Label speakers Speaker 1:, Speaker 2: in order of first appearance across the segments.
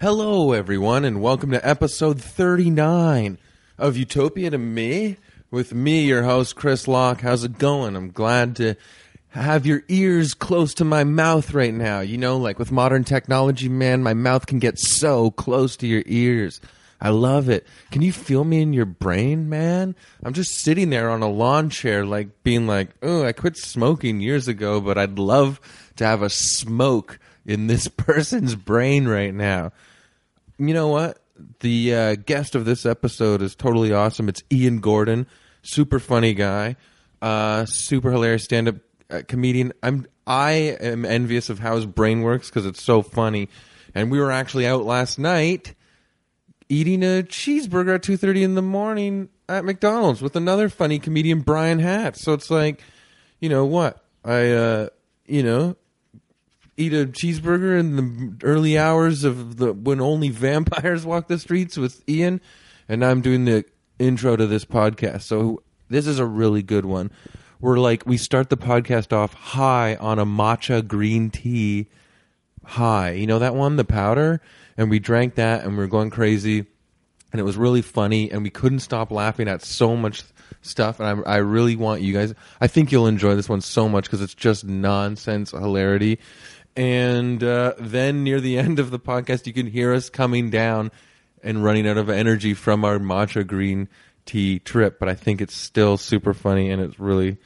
Speaker 1: Hello, everyone, and welcome to episode 39 of Utopia to Me with me, your host, Chris Locke. How's it going? I'm glad to have your ears close to my mouth right now. You know, like with modern technology, man, my mouth can get so close to your ears. I love it. Can you feel me in your brain, man? I'm just sitting there on a lawn chair, like being like, oh, I quit smoking years ago, but I'd love to have a smoke in this person's brain right now. You know what? The uh, guest of this episode is totally awesome. It's Ian Gordon, super funny guy, uh, super hilarious stand-up uh, comedian. I'm I am envious of how his brain works because it's so funny. And we were actually out last night eating a cheeseburger at 2.30 in the morning at mcdonald's with another funny comedian brian hatch so it's like you know what i uh you know eat a cheeseburger in the early hours of the when only vampires walk the streets with ian and i'm doing the intro to this podcast so this is a really good one we're like we start the podcast off high on a matcha green tea high. You know that one, the powder? And we drank that and we were going crazy. And it was really funny. And we couldn't stop laughing at so much stuff. And I, I really want you guys, I think you'll enjoy this one so much because it's just nonsense hilarity. And uh, then near the end of the podcast, you can hear us coming down and running out of energy from our matcha green tea trip. But I think it's still super funny and it's really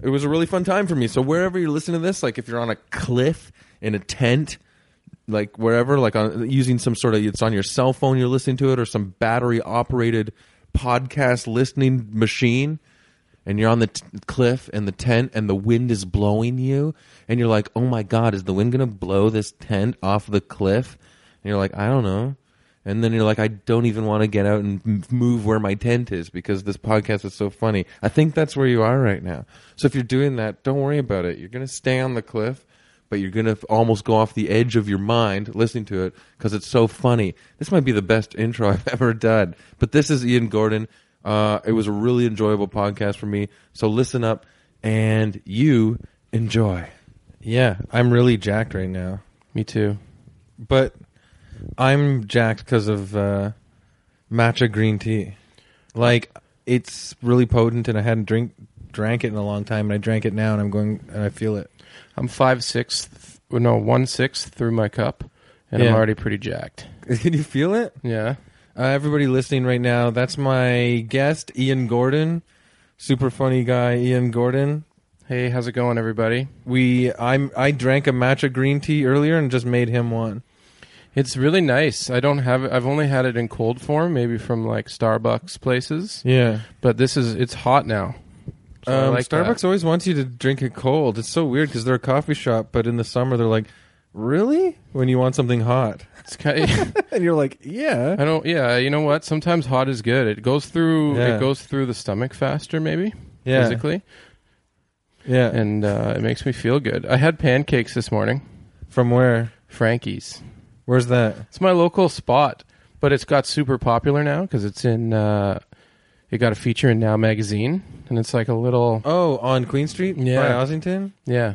Speaker 1: it was a really fun time for me. So wherever you're listening to this, like if you're on a cliff in a tent, like wherever, like on using some sort of it's on your cell phone, you're listening to it, or some battery operated podcast listening machine, and you're on the t- cliff and the tent, and the wind is blowing you, and you're like, oh my god, is the wind gonna blow this tent off the cliff? And you're like, I don't know. And then you're like, I don't even want to get out and m- move where my tent is because this podcast is so funny. I think that's where you are right now. So if you're doing that, don't worry about it. You're going to stay on the cliff, but you're going to almost go off the edge of your mind listening to it because it's so funny. This might be the best intro I've ever done. But this is Ian Gordon. Uh, it was a really enjoyable podcast for me. So listen up and you enjoy. Yeah, I'm really jacked right now
Speaker 2: Me too.
Speaker 1: but I'm jacked because of uh, matcha green tea. Like it's really potent, and I hadn't drink drank it in a long time, and I drank it now, and I'm going and I feel it.
Speaker 2: I'm five sixth, well, no, one sixth through my cup, and
Speaker 1: Yeah.
Speaker 2: I'm already pretty jacked.
Speaker 1: Can you feel it?
Speaker 2: Yeah.
Speaker 1: Uh, everybody listening right now, that's my guest, Ian Gordon, super funny guy, Ian Gordon.
Speaker 2: Hey, how's it going, everybody?
Speaker 1: We I'm I drank a matcha green tea earlier and just made him one.
Speaker 2: It's really nice. I don't have it. I've only had it in cold form, maybe from like Starbucks places,
Speaker 1: Yeah,
Speaker 2: but this is it's hot now. So I
Speaker 1: um,
Speaker 2: like that.
Speaker 1: Starbucks always wants you to drink it cold. It's so weird because they're a coffee shop, but in the summer they're like, really? When you want something hot.
Speaker 2: It's kind of,
Speaker 1: and you're like, yeah.
Speaker 2: I don't. Yeah, you know what? Sometimes hot is good. It goes through.
Speaker 1: Yeah.
Speaker 2: It goes through the stomach faster, maybe
Speaker 1: Yeah.
Speaker 2: physically,
Speaker 1: Yeah.
Speaker 2: and uh, it makes me feel good. I had pancakes this morning,
Speaker 1: From where?
Speaker 2: Frankie's.
Speaker 1: Where's that?
Speaker 2: It's my local spot, but it's got super popular now because it's in. Uh, it got a feature in Now magazine, and it's like a little
Speaker 1: Oh, on Queen Street
Speaker 2: Yeah.
Speaker 1: by Ossington.
Speaker 2: yeah.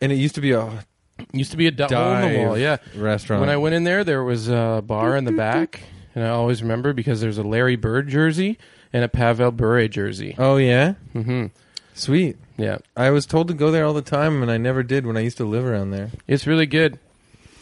Speaker 1: And it used to be a
Speaker 2: Used to be a di- hole in the wall.
Speaker 1: Dive
Speaker 2: Yeah,
Speaker 1: restaurant.
Speaker 2: when I went in there, there was a bar in the back, and I always remember because there's a Larry Bird jersey and a Pavel Bure jersey.
Speaker 1: oh yeah,
Speaker 2: hmm
Speaker 1: sweet.
Speaker 2: Yeah,
Speaker 1: I was told to go there all the time, and I never did when I used to live around there.
Speaker 2: it's really good.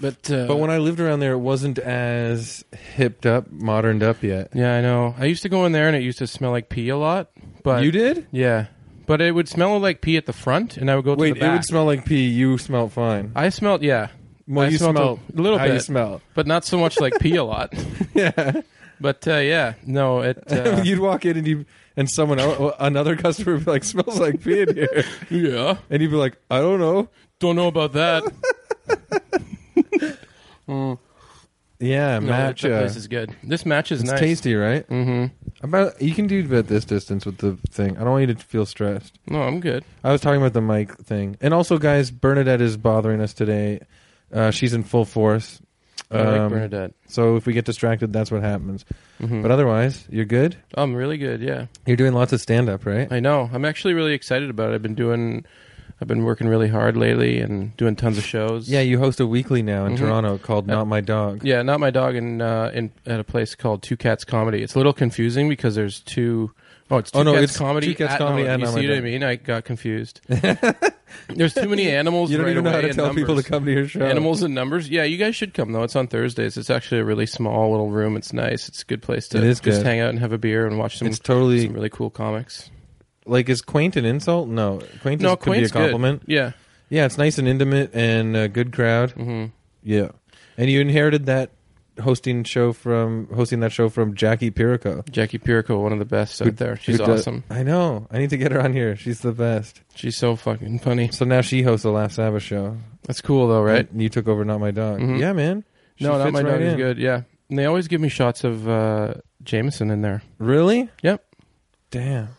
Speaker 2: But uh,
Speaker 1: But when I lived around there, it wasn't as hipped up, moderned up yet.
Speaker 2: yeah, I know. I used to go in there, and it used to smell like pee a lot. But
Speaker 1: you did?
Speaker 2: yeah, but it would smell like pee at the front, and I would go to
Speaker 1: Wait,
Speaker 2: the
Speaker 1: it
Speaker 2: back.
Speaker 1: would smell like pee. You smelled fine.
Speaker 2: I smelled yeah.
Speaker 1: Well,
Speaker 2: I
Speaker 1: you
Speaker 2: smelled
Speaker 1: smelled
Speaker 2: a little
Speaker 1: how
Speaker 2: bit.
Speaker 1: you smell.
Speaker 2: but not so much like pee a lot.
Speaker 1: Yeah,
Speaker 2: But uh, yeah, no, it. Uh,
Speaker 1: you'd walk in and you and someone el another customer would be like smells like pee in here,
Speaker 2: yeah,
Speaker 1: and you'd be like, I don't know.
Speaker 2: don't know about that. mm,
Speaker 1: Yeah,
Speaker 2: no,
Speaker 1: matcha.
Speaker 2: that place is good. This match is
Speaker 1: it's
Speaker 2: nice.
Speaker 1: tasty, right?
Speaker 2: hmm
Speaker 1: About you can do about this distance with the thing. I don't want you to feel stressed.
Speaker 2: No, I'm good.
Speaker 1: I was talking about the mic thing, and also, guys, Bernadette is bothering us today. Uh, she's in full force.
Speaker 2: I like
Speaker 1: Um,
Speaker 2: Bernadette.
Speaker 1: So if we get distracted, that's what happens.
Speaker 2: Mhm.
Speaker 1: But otherwise, you're good.
Speaker 2: I'm really good. Yeah,
Speaker 1: You're doing lots of stand up, right?
Speaker 2: I know. I'm actually really excited about it. I've been doing. I've been working really hard lately and doing tons of shows.
Speaker 3: Yeah, you host a weekly now in
Speaker 2: Mhm.
Speaker 3: Toronto called Not My Dog.
Speaker 2: Yeah, not my dog in uh, in at a place called Two Cats Comedy. It's a little confusing because there's two oh it's Two
Speaker 3: Oh, no,
Speaker 2: Cats
Speaker 3: it's
Speaker 2: Comedy.
Speaker 3: Two Cats
Speaker 2: at-
Speaker 3: Comedy
Speaker 2: no,
Speaker 3: and
Speaker 2: you
Speaker 3: Not
Speaker 2: see
Speaker 3: My
Speaker 2: what I
Speaker 3: Dog.
Speaker 2: mean? I got confused. there's too many animals.
Speaker 3: You don't
Speaker 2: right
Speaker 3: even know how
Speaker 2: away
Speaker 3: to
Speaker 2: and
Speaker 3: tell people to
Speaker 2: numbers.
Speaker 3: come to your show.
Speaker 2: Animals and numbers. Yeah, you guys should come though. It's on Thursdays. It's actually a really small little room. It's nice. It's a good place to
Speaker 3: It is
Speaker 2: just
Speaker 3: good.
Speaker 2: hang out and have a beer and watch some,
Speaker 3: It's totally
Speaker 2: some really cool comics.
Speaker 3: like is quaint an insult? No, quaint
Speaker 2: No,
Speaker 3: is, could be a
Speaker 2: Quaint's good.
Speaker 3: compliment.
Speaker 2: Yeah.
Speaker 3: Yeah, it's nice and intimate and a good crowd.
Speaker 2: hmm
Speaker 3: Yeah, and you inherited that hosting show from hosting that show from Jackie Pirico.
Speaker 2: Jackie Pirico, one of the best
Speaker 3: Who
Speaker 2: out there. She's
Speaker 3: Who does-
Speaker 2: awesome.
Speaker 3: I know. I need to get her on here. She's the best.
Speaker 2: She's so fucking funny.
Speaker 3: So now she hosts the Laugh Sabbath show,
Speaker 2: That's cool though, right?
Speaker 3: And you took over Not My Dog.
Speaker 2: Mhm.
Speaker 3: Yeah, man. She
Speaker 2: no, not
Speaker 3: fits
Speaker 2: my
Speaker 3: right
Speaker 2: dog is
Speaker 3: in.
Speaker 2: good. Yeah, and they always give me shots of uh, Jameson in there.
Speaker 3: Really?
Speaker 2: Yep.
Speaker 3: Damn.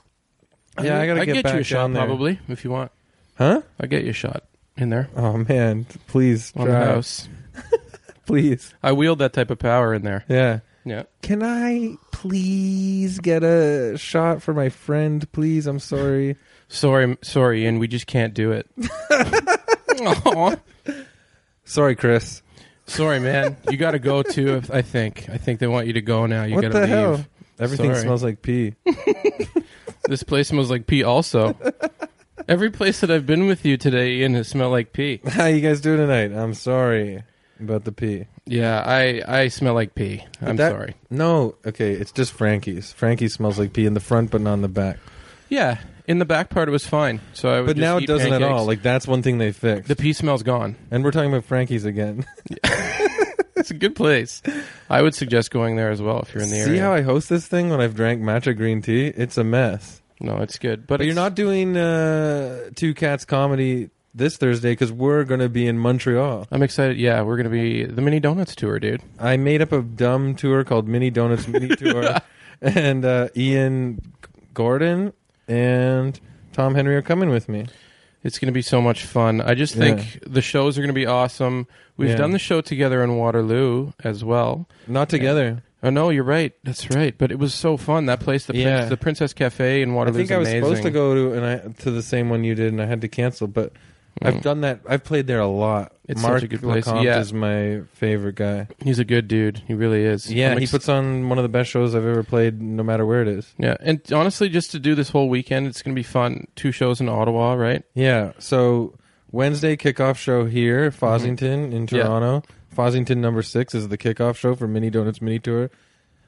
Speaker 3: Yeah, I gotta
Speaker 2: I'd
Speaker 3: get
Speaker 2: you a
Speaker 3: back
Speaker 2: shot
Speaker 3: down there.
Speaker 2: probably if you want.
Speaker 3: Huh?
Speaker 2: I get you a shot in there
Speaker 3: Oh man, please
Speaker 2: on the
Speaker 3: try.
Speaker 2: house.
Speaker 3: Please.
Speaker 2: I wield that type of power in there.
Speaker 3: Yeah.
Speaker 2: Yeah,
Speaker 3: Can I please get a shot for my friend, please? I'm sorry.
Speaker 2: sorry, sorry, and we just can't do it. Aw.
Speaker 3: sorry, Chris.
Speaker 2: Sorry, man. You got to go too. If, I think. I think they want you to go now. You
Speaker 3: what
Speaker 2: got to
Speaker 3: the
Speaker 2: leave.
Speaker 3: hell? Everything
Speaker 2: Sorry.
Speaker 3: smells like pee.
Speaker 2: This place smells like pee. Also, every place that I've been with you today, Ian, has smelled like pee.
Speaker 3: How you guys doing tonight? I'm sorry about the pee.
Speaker 2: Yeah, I I smell like pee.
Speaker 3: But
Speaker 2: I'm
Speaker 3: that-
Speaker 2: sorry.
Speaker 3: No, okay, it's just Frankie's. Frankie's smells like pee in the front, but not in the back.
Speaker 2: Yeah, in the back part it was fine. So I would
Speaker 3: But
Speaker 2: just
Speaker 3: now
Speaker 2: eat
Speaker 3: it doesn't at
Speaker 2: pancakes.
Speaker 3: all. Like that's one thing they fixed.
Speaker 2: the pea smell's gone.
Speaker 3: and we're talking about Frankie's again.
Speaker 2: It's a good place. I would suggest going there as well if you're in the
Speaker 3: See
Speaker 2: area.
Speaker 3: how I host this thing when I've drank matcha green tea? It's a mess.
Speaker 2: no, it's good. But,
Speaker 3: But you're
Speaker 2: it's-
Speaker 3: not doing uh, Two Cats comedy this Thursday because we're going to be in Montreal.
Speaker 2: I'm excited. Yeah, we're gonna be the mini donuts tour, dude.
Speaker 3: I made up a dumb tour called Mini Donuts Mini Tour, and uh, Ian Gordon and Tom Henry are coming with me.
Speaker 2: It's gonna be so much fun. I just think the shows are gonna be awesome. We've
Speaker 3: Yeah.
Speaker 2: done the show together in Waterloo as well.
Speaker 3: Not together.
Speaker 2: Oh no, you're right. That's right. But it was so fun. That place, the
Speaker 3: Yeah.
Speaker 2: Prince, the Princess Cafe in
Speaker 3: I
Speaker 2: Waterloo.
Speaker 3: think I was supposed to go to and I to the same one you did, and I had to cancel. But I've
Speaker 2: Mm.
Speaker 3: done that. I've played there a lot.
Speaker 2: Hmm. It's
Speaker 3: Mark
Speaker 2: such a good place.
Speaker 3: Lecompte
Speaker 2: Yeah.
Speaker 3: is my favorite guy.
Speaker 2: He's a good dude. He really is.
Speaker 3: Yeah,
Speaker 2: I'm
Speaker 3: he
Speaker 2: ex-
Speaker 3: puts on one of the best shows I've ever played, no matter where it is.
Speaker 2: Yeah, and honestly, just to do this whole weekend, it's going to be fun. Two shows in Ottawa, right?
Speaker 3: Yeah. So Wednesday kickoff show here, Fossington in
Speaker 2: Mm-hmm. Yeah.
Speaker 3: Toronto. Fossington number six is the kickoff show for Mini Donuts Mini Tour.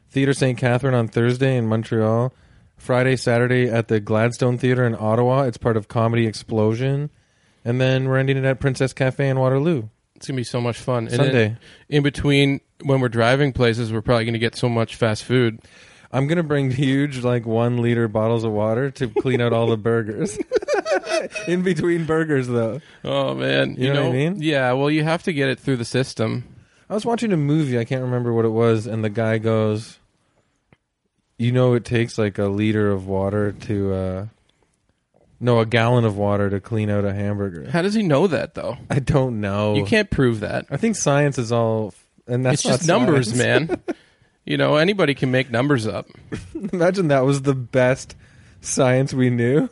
Speaker 3: Theater St. Catherine on Thursday in Montreal. Friday, Saturday at the Gladstone Theater in Ottawa. It's part of Comedy Explosion. And then we're ending it at Princess Cafe in Waterloo
Speaker 2: It's going to be so much fun. And then
Speaker 3: Sunday.
Speaker 2: in between, when we're driving places, we're probably going to get so much fast food.
Speaker 3: I'm gonna bring huge like one liter bottles of water to clean out all the burgers. in between burgers though.
Speaker 2: Oh man,
Speaker 3: You know what I mean?
Speaker 2: Yeah. Well, you have to get it through the system.
Speaker 3: I was watching a movie. I can't remember what it was, and the guy goes, "You know, it takes like a liter of water to, uh, no, a gallon of water to clean out a hamburger."
Speaker 2: How does he know that though?
Speaker 3: I don't know.
Speaker 2: You can't prove that.
Speaker 3: I think science is all, and Oh. that's
Speaker 2: it's just
Speaker 3: not
Speaker 2: numbers,
Speaker 3: science.
Speaker 2: man. You know, anybody can make numbers up.
Speaker 3: Imagine that was the best science we knew.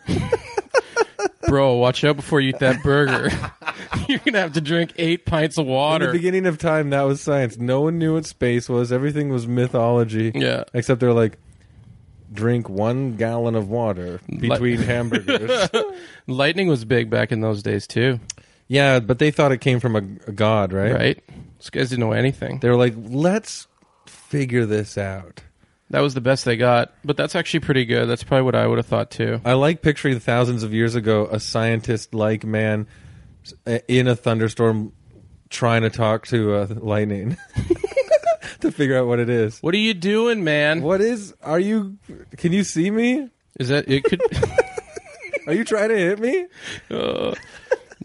Speaker 2: Bro, watch out before you eat that burger. You're going to have to drink eight pints of
Speaker 3: In
Speaker 2: water.
Speaker 3: the beginning of time, that was science. No one knew what space was. Everything was mythology,
Speaker 2: yeah.
Speaker 3: except they're like. Drink one gallon of water between hamburgers.
Speaker 2: Lightning was big back in those days, too.
Speaker 3: Yeah, but they thought it came from a, a god, right?
Speaker 2: right? These guys didn't know anything.
Speaker 3: They were like, let's figure this out.
Speaker 2: That was the best they got, but that's actually pretty good. That's probably what I would have thought too.
Speaker 3: I like picturing thousands of years ago a scientist like man s- a- in a thunderstorm trying to talk to uh, lightning to figure out what it is.
Speaker 2: What are you doing, man?
Speaker 3: What is, are you, can you see me?
Speaker 2: Is that it? Could
Speaker 3: Are you trying to hit me?
Speaker 2: Uh,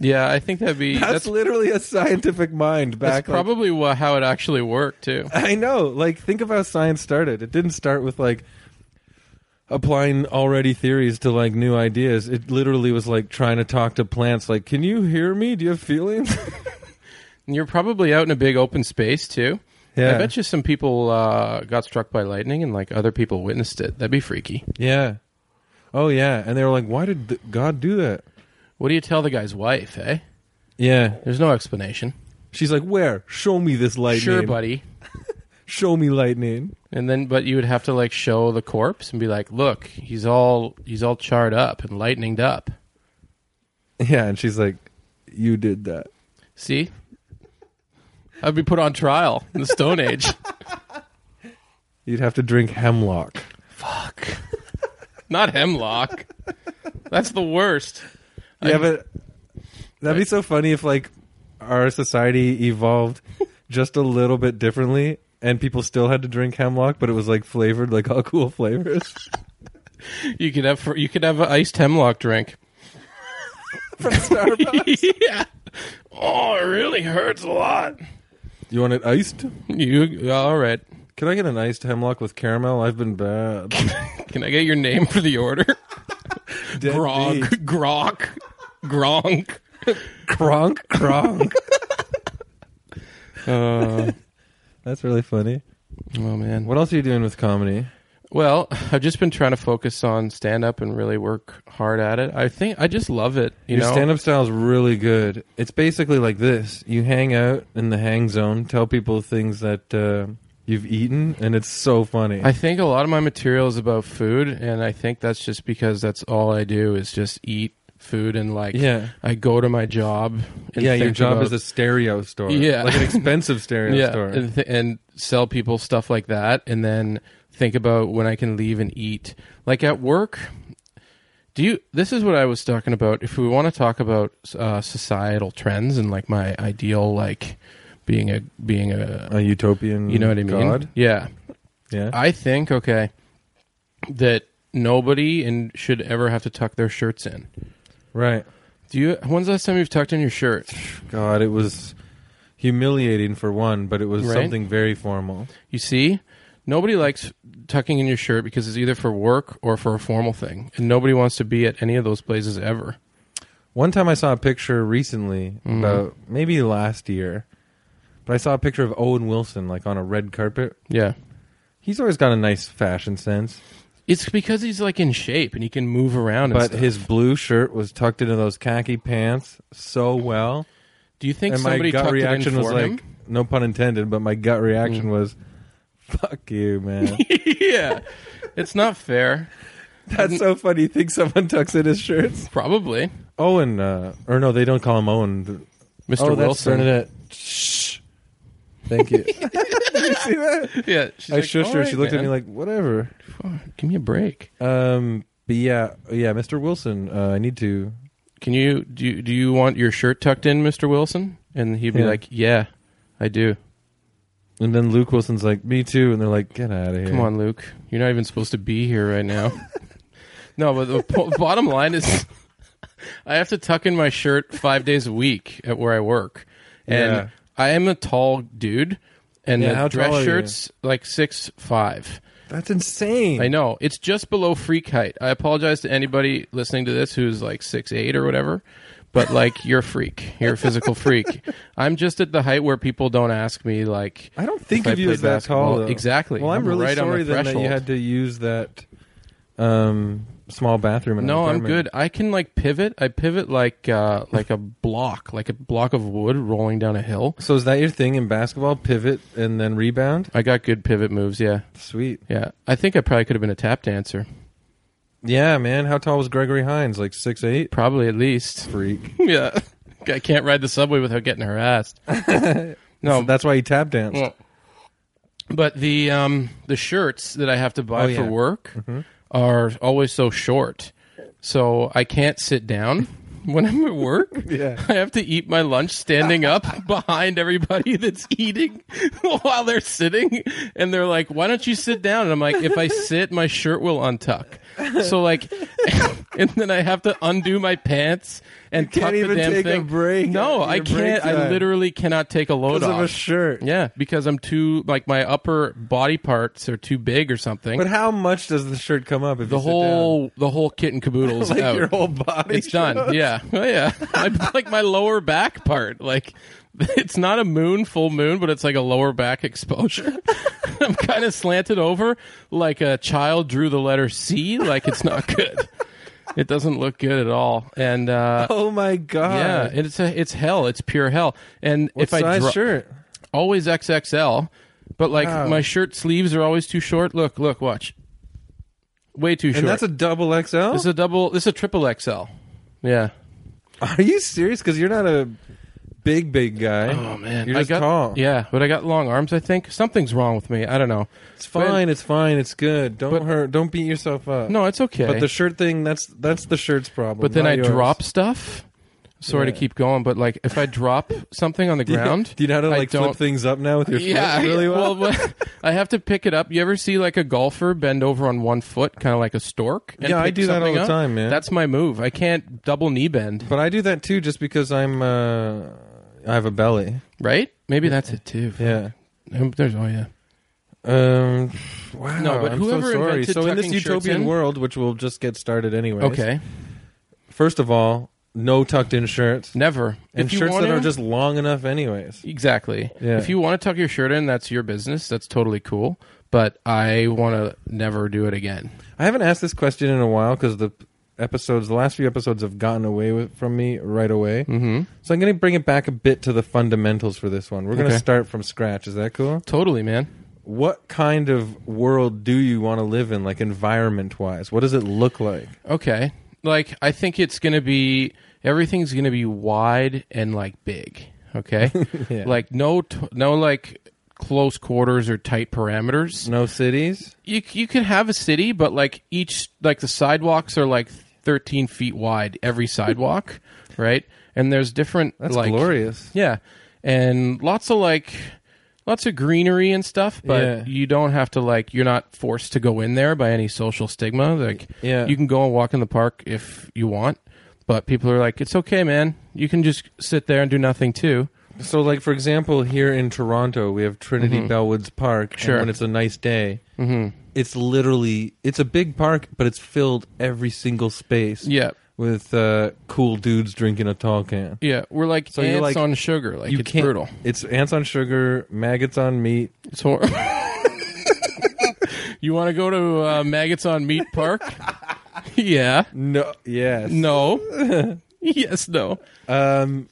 Speaker 2: yeah, I think that'd be
Speaker 3: That's,
Speaker 2: that's, that's,
Speaker 3: literally a scientific mind back. like-
Speaker 2: probably wha- how it actually worked too.
Speaker 3: I know. Like, think of how science started. It didn't start with like applying already theories to like new ideas. It literally was like trying to talk to plants. Like, can you hear me? Do you have feelings?
Speaker 2: And you're probably out in a big open space too.
Speaker 3: Yeah.
Speaker 2: I bet you some people uh, got struck by lightning and like other people witnessed it. That'd be freaky.
Speaker 3: yeah. Oh yeah. And they were like, why did th- God do that?
Speaker 2: What do you tell the guy's wife, eh?
Speaker 3: Yeah.
Speaker 2: There's no explanation.
Speaker 3: She's like, where? Show me this lightning.
Speaker 2: Sure, buddy.
Speaker 3: Show me lightning.
Speaker 2: And then, but you would have to like show the corpse and be like, "Look, he's all he's all charred up and lightninged up.
Speaker 3: Yeah, and she's like, you did that.
Speaker 2: See, I'd be put on trial in the Stone Age.
Speaker 3: You'd have to drink hemlock.
Speaker 2: Fuck, not hemlock. That's the worst.
Speaker 3: Yeah, but that'd be so funny if like our society evolved just a little bit differently and people still had to drink hemlock, but it was like flavored, like all cool flavors.
Speaker 2: You could have you could have an iced hemlock drink.
Speaker 3: From Starbucks.
Speaker 2: yeah. Oh, it really hurts a lot.
Speaker 3: You want it iced?
Speaker 2: You all right?
Speaker 3: Can I get an iced hemlock with caramel? I've been bad.
Speaker 2: Can I get your name for the order?
Speaker 3: Dead
Speaker 2: Grog,
Speaker 3: meat.
Speaker 2: grok, gronk.
Speaker 3: Cronk, cronk.
Speaker 2: Uh,
Speaker 3: That's really funny.
Speaker 2: oh man.
Speaker 3: What else are you doing with comedy?
Speaker 2: Well, I've just been trying to focus on stand up and really work hard at it. I think I just love it. You
Speaker 3: Your
Speaker 2: know,
Speaker 3: stand up style is really good. It's basically like this you hang out in the hang zone, tell people things that uh, you've eaten, and it's so funny.
Speaker 2: I think a lot of my material is about food, and I think that's just because that's all I do is just eat food and like
Speaker 3: yeah.
Speaker 2: I go to my job. And
Speaker 3: Yeah, your
Speaker 2: think
Speaker 3: job
Speaker 2: about-
Speaker 3: is a stereo store.
Speaker 2: Yeah.
Speaker 3: Like an expensive stereo
Speaker 2: yeah,
Speaker 3: store.
Speaker 2: and, th- and sell people stuff like that, and then think about when I can leave and eat. Like at work, do you? This is what I was talking about. If we want to talk about uh, societal trends and like my ideal, like being a being a,
Speaker 3: a utopian
Speaker 2: you know what I mean?
Speaker 3: god.
Speaker 2: Yeah,
Speaker 3: Yeah.
Speaker 2: I think okay that nobody and should ever have to tuck their shirts in.
Speaker 3: right.
Speaker 2: Do you? When's the last time you've tucked in your shirt?
Speaker 3: God, it was humiliating for one, but it was
Speaker 2: Right?
Speaker 3: something very formal.
Speaker 2: You see, nobody likes tucking in your shirt because it's either for work or for a formal thing, and nobody wants to be at any of those places ever.
Speaker 3: One time I saw a picture recently,
Speaker 2: Mhm.
Speaker 3: about maybe last year, but I saw a picture of Owen Wilson like on a red carpet.
Speaker 2: Yeah,
Speaker 3: He's always got a nice fashion sense,
Speaker 2: it's because he's like in shape and he can move around. And
Speaker 3: but
Speaker 2: stuff.
Speaker 3: his blue shirt was tucked into those khaki pants so well.
Speaker 2: do you think
Speaker 3: and my
Speaker 2: somebody
Speaker 3: gut
Speaker 2: tucked
Speaker 3: reaction
Speaker 2: it in
Speaker 3: was
Speaker 2: for
Speaker 3: like,
Speaker 2: him? Hmm.
Speaker 3: no pun intended, but my gut reaction was, "Fuck you, man."
Speaker 2: yeah, it's not fair.
Speaker 3: That's so funny. You think someone tucks in his shirts?
Speaker 2: Probably,
Speaker 3: Owen, uh, or no, they don't call him Owen. The-
Speaker 2: Mr.
Speaker 3: Oh, that's
Speaker 2: Wilson.
Speaker 3: Bernadette. Shh. Thank you. Did you see that?
Speaker 2: Yeah, she's
Speaker 3: I
Speaker 2: like,
Speaker 3: shushed
Speaker 2: "All
Speaker 3: her.
Speaker 2: right,
Speaker 3: she looked at me
Speaker 2: man.
Speaker 3: like, whatever.
Speaker 2: Fuck, "Give me a break."
Speaker 3: Um, but yeah, yeah, Mr. Wilson, uh, I need to.
Speaker 2: Can you do? You, do you want your shirt tucked in, Mister Wilson? And he'd be
Speaker 3: Yeah.
Speaker 2: like, "Yeah, I do."
Speaker 3: And then Luke Wilson's like, me too. And they're like, get out of here.
Speaker 2: Come on, Luke. You're not even supposed to be here right now. no, but the po- bottom line is I have to tuck in my shirt five days a week at where I work. And
Speaker 3: Yeah.
Speaker 2: I am a tall dude, and
Speaker 3: Yeah,
Speaker 2: the
Speaker 3: how
Speaker 2: dress
Speaker 3: tall are you?
Speaker 2: shirt's like six five.
Speaker 3: That's insane.
Speaker 2: I know. It's just below freak height. I apologize to anybody listening to this who's like six eight or whatever. But like you're a freak. You're a physical freak. I'm just at the height where people don't ask me like
Speaker 3: I don't think
Speaker 2: If I
Speaker 3: of you
Speaker 2: played
Speaker 3: as that
Speaker 2: basketball-
Speaker 3: tall. Though.
Speaker 2: Exactly.
Speaker 3: Well, I'm,
Speaker 2: I'm
Speaker 3: really
Speaker 2: right on the
Speaker 3: sorry then that you
Speaker 2: threshold.
Speaker 3: had to use that um, small bathroom. In
Speaker 2: No,
Speaker 3: an
Speaker 2: I'm
Speaker 3: apartment.
Speaker 2: good. I can like pivot. I pivot like uh like a block, like a block of wood rolling down a hill.
Speaker 3: So is that your thing in basketball? Pivot and then rebound?
Speaker 2: I got good pivot moves, yeah.
Speaker 3: Sweet.
Speaker 2: Yeah. I think I probably could have been a tap dancer.
Speaker 3: Yeah, man. How tall was Gregory Hines? Like six eight?
Speaker 2: Probably at least.
Speaker 3: Freak.
Speaker 2: yeah. I can't ride the subway without getting harassed.
Speaker 3: No,
Speaker 2: No,
Speaker 3: that's why he tap danced.
Speaker 2: Well, but the um the shirts that I have to buy
Speaker 3: Oh,
Speaker 2: for
Speaker 3: yeah.
Speaker 2: work are always so short, so I can't sit down when I'm at work.
Speaker 3: Yeah.
Speaker 2: I have to eat my lunch standing up behind everybody that's eating while they're sitting, and they're like, "Why don't you sit down?" And I'm like, "If I sit, my shirt will untuck." So like, and then I have to undo my pants and
Speaker 3: can't
Speaker 2: tuck the
Speaker 3: even
Speaker 2: damn
Speaker 3: take a
Speaker 2: thing.
Speaker 3: break
Speaker 2: No,
Speaker 3: after
Speaker 2: I
Speaker 3: your break
Speaker 2: can't. I
Speaker 3: time.
Speaker 2: literally cannot take a load
Speaker 3: Because of
Speaker 2: off.
Speaker 3: a shirt.
Speaker 2: Yeah, because I'm too like my upper body parts are too big or something.
Speaker 3: But how much does the shirt come up if
Speaker 2: the
Speaker 3: you sit
Speaker 2: whole the whole kit and caboodle's
Speaker 3: down? like
Speaker 2: out.
Speaker 3: your whole body?
Speaker 2: it's done.
Speaker 3: shows?
Speaker 2: Yeah, oh, yeah. I, like my lower back part. Like it's not a moon, full moon, but it's like a lower back exposure. I'm kind of slanted over, like a child drew the letter C. Like it's not good. it doesn't look good at all. And uh,
Speaker 3: oh my
Speaker 2: yeah,
Speaker 3: god!
Speaker 2: and it's a, it's hell. It's pure hell. And
Speaker 3: What
Speaker 2: if I
Speaker 3: size
Speaker 2: dro-
Speaker 3: shirt?
Speaker 2: always XXL, but like
Speaker 3: Wow.
Speaker 2: my shirt sleeves are always too short. Look, look, watch. Way too short.
Speaker 3: And that's a double XL.
Speaker 2: this is a double. This is a triple XL. Yeah.
Speaker 3: Are you serious? Because you're not a big big guy.
Speaker 2: Oh man,
Speaker 3: you're
Speaker 2: I
Speaker 3: just
Speaker 2: got,
Speaker 3: tall.
Speaker 2: Yeah, but I got long arms. I think something's wrong with me. I don't know.
Speaker 3: It's fine. It's fine. It's good. Don't
Speaker 2: But-
Speaker 3: hurt. Don't beat yourself up.
Speaker 2: No, it's okay.
Speaker 3: But the shirt thing, that's that's the shirt's problem.
Speaker 2: But then
Speaker 3: not
Speaker 2: I
Speaker 3: yours.
Speaker 2: drop stuff. Sorry
Speaker 3: Yeah.
Speaker 2: to keep going, but like if I drop something on the
Speaker 3: Do you,
Speaker 2: ground,
Speaker 3: Do you know how to
Speaker 2: I
Speaker 3: like flip
Speaker 2: don't-
Speaker 3: things up now with your
Speaker 2: yeah,
Speaker 3: foot really well?
Speaker 2: but I have to pick it up. You ever see like a golfer bend over on one foot, kind of like a stork? and
Speaker 3: Yeah, I
Speaker 2: pick
Speaker 3: do that all
Speaker 2: something
Speaker 3: the
Speaker 2: up?
Speaker 3: time, man.
Speaker 2: That's my move. I can't double knee bend,
Speaker 3: but I do that too, just because I'm uh, I have a belly.
Speaker 2: right? Maybe that's it too.
Speaker 3: Yeah.
Speaker 2: Um, There's oh yeah.
Speaker 3: Um. Wow.
Speaker 2: No, but
Speaker 3: I'm
Speaker 2: whoever
Speaker 3: so sorry.
Speaker 2: invented
Speaker 3: So in this
Speaker 2: tucking shirts
Speaker 3: utopian
Speaker 2: in-
Speaker 3: world, which will just get started anyway.
Speaker 2: Okay,
Speaker 3: First of all, no tucked in shirts
Speaker 2: never.
Speaker 3: and
Speaker 2: if you
Speaker 3: shirts
Speaker 2: want
Speaker 3: that are
Speaker 2: to-
Speaker 3: just long enough, anyways.
Speaker 2: exactly.
Speaker 3: Yeah.
Speaker 2: If you want to tuck your shirt in, that's your business. That's totally cool. But I want to never do it again.
Speaker 3: I haven't asked this question in a while because the episodes, the last few episodes, have gotten away with, from me right away.
Speaker 2: Mm-hmm.
Speaker 3: So I'm going to bring it back a bit to the fundamentals for this one. We're going to
Speaker 2: Okay.
Speaker 3: start from scratch. Is that cool?
Speaker 2: Totally, man.
Speaker 3: What kind of world do you want to live in, like environment wise? What does it look like?
Speaker 2: Okay. Like I think it's going to be everything's going to be wide and like big, okay?
Speaker 3: Yeah.
Speaker 2: Like no t- no like close quarters or tight parameters.
Speaker 3: No cities?
Speaker 2: You c- you can have a city, but like each like the sidewalks are like 13 feet wide every sidewalk, right? And there's different
Speaker 3: That's
Speaker 2: like
Speaker 3: glorious.
Speaker 2: yeah. And lots of like lots of greenery and stuff, but
Speaker 3: Yeah.
Speaker 2: you don't have to like you're not forced to go in there by any social stigma. Like
Speaker 3: Yeah.
Speaker 2: you can go and walk in the park if you want, but people are like, It's okay, man. You can just sit there and do nothing too.
Speaker 3: So, like for example, here in Toronto, we have Trinity Bellwoods Park. and
Speaker 2: Sure.
Speaker 3: when it's a nice day,
Speaker 2: Mm-hmm.
Speaker 3: it's literally it's a big park, but it's filled every single space
Speaker 2: Yeah.
Speaker 3: with uh, cool dudes drinking a tall can.
Speaker 2: Yeah. We're like
Speaker 3: So you're
Speaker 2: ants
Speaker 3: like-
Speaker 2: on sugar. Like
Speaker 3: you
Speaker 2: it's
Speaker 3: can't-
Speaker 2: brutal.
Speaker 3: It's ants on sugar, maggots on meat.
Speaker 2: It's horrible. you wanna go to uh, Maggots on Meat Park? yeah.
Speaker 3: No, yes,
Speaker 2: No. yes, no.
Speaker 3: Um,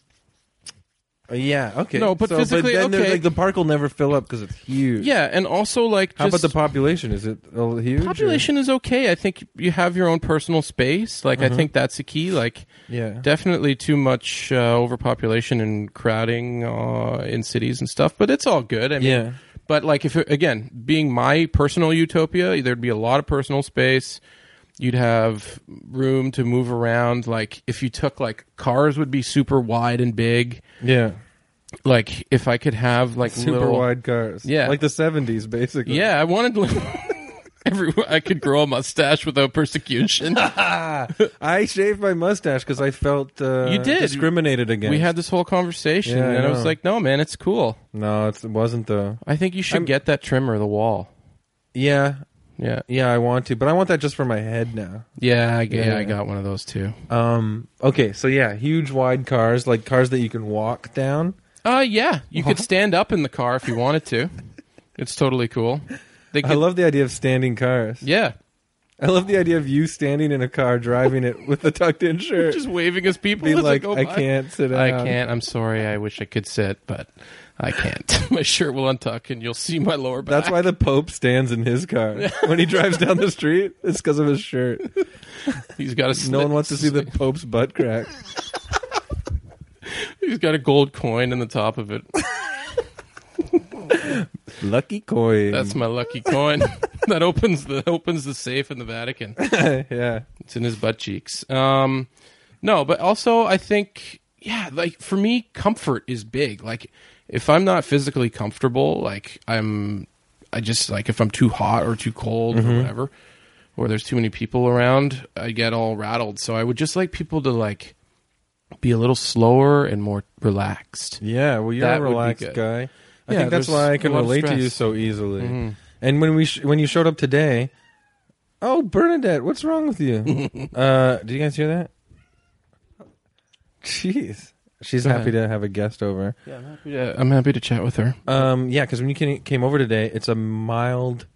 Speaker 3: yeah, okay.
Speaker 2: No, but
Speaker 3: so,
Speaker 2: physically,
Speaker 3: but then there's,
Speaker 2: okay.
Speaker 3: Like the park will never fill up because it's huge.
Speaker 2: Yeah, and also like just
Speaker 3: How about the population? Is it uh, huge? or-
Speaker 2: population is okay. I think you have your own personal space. Like
Speaker 3: Mm-hmm.
Speaker 2: I think that's the key. Like
Speaker 3: Yeah.
Speaker 2: definitely too much uh, overpopulation and crowding uh, in cities and stuff, but it's all good. I mean,
Speaker 3: Yeah.
Speaker 2: but like if it, again, being my personal utopia, there'd be a lot of personal space. You'd have room to move around. Like if you took like cars would be super wide and big.
Speaker 3: Yeah.
Speaker 2: Like if I could have like
Speaker 3: Super
Speaker 2: little,
Speaker 3: wide cars.
Speaker 2: Yeah.
Speaker 3: Like the 70s, basically.
Speaker 2: Yeah, I wanted. Everyone, I could grow a mustache without persecution.
Speaker 3: I shaved my mustache because I felt uh,
Speaker 2: You did.
Speaker 3: discriminated against.
Speaker 2: We had this whole conversation,
Speaker 3: Yeah, I
Speaker 2: and I was
Speaker 3: know.
Speaker 2: like, "No, man, it's cool.
Speaker 3: no, it's, it wasn't though.
Speaker 2: I think you should
Speaker 3: I'm-
Speaker 2: get that trimmer, the wall."
Speaker 3: Yeah,
Speaker 2: Yeah,
Speaker 3: yeah, I want to, but I want that just for my head now.
Speaker 2: yeah, I, g- yeah,
Speaker 3: Yeah.
Speaker 2: I got one of those too.
Speaker 3: Um, okay, so yeah, huge wide cars, like cars that you can walk down.
Speaker 2: Uh, yeah, you could stand up in the car if you wanted to. it's totally cool. They
Speaker 3: I
Speaker 2: could,
Speaker 3: love the idea of standing cars.
Speaker 2: yeah,
Speaker 3: I love the idea of you standing in a car driving it with a tucked in shirt.
Speaker 2: just waving as people.
Speaker 3: Be
Speaker 2: as they
Speaker 3: like,
Speaker 2: go
Speaker 3: I
Speaker 2: by.
Speaker 3: can't uh, sit down.
Speaker 2: I can't. I'm sorry. I wish I could sit, but I can't. my shirt will untuck, and you'll see my lower back.
Speaker 3: That's why the Pope stands in his car when he drives down the street. It's because of his shirt.
Speaker 2: He's got a.
Speaker 3: No
Speaker 2: slit-
Speaker 3: one wants to see the Pope's butt crack.
Speaker 2: He's got a gold coin in the top of it.
Speaker 3: Lucky coin.
Speaker 2: That's my lucky coin. that opens the opens the safe in the Vatican.
Speaker 3: yeah.
Speaker 2: It's in his butt cheeks. Um, no, but also I think yeah, like for me, comfort is big. Like if I'm not physically comfortable, like I'm, I just like if I'm too hot or too cold or whatever, or there's too many people around, I get all rattled. So I would just like people to like be a little slower and more relaxed.
Speaker 3: Yeah, well, you're
Speaker 2: That
Speaker 3: a
Speaker 2: would be
Speaker 3: relaxed
Speaker 2: good.
Speaker 3: guy. I
Speaker 2: Yeah,
Speaker 3: think that's
Speaker 2: there's
Speaker 3: why I
Speaker 2: a
Speaker 3: can
Speaker 2: lot of
Speaker 3: relate to
Speaker 2: stress. Mm-hmm.
Speaker 3: you so easily. And when we sh- when you showed up today, oh Bernadette, what's wrong with you? uh, do you guys hear that? Jeez, she's
Speaker 2: Go
Speaker 3: happy to have a guest over.
Speaker 2: Yeah, I'm happy to, I'm happy to chat with her.
Speaker 3: Um, yeah, because when you ca- came over today, it's a mild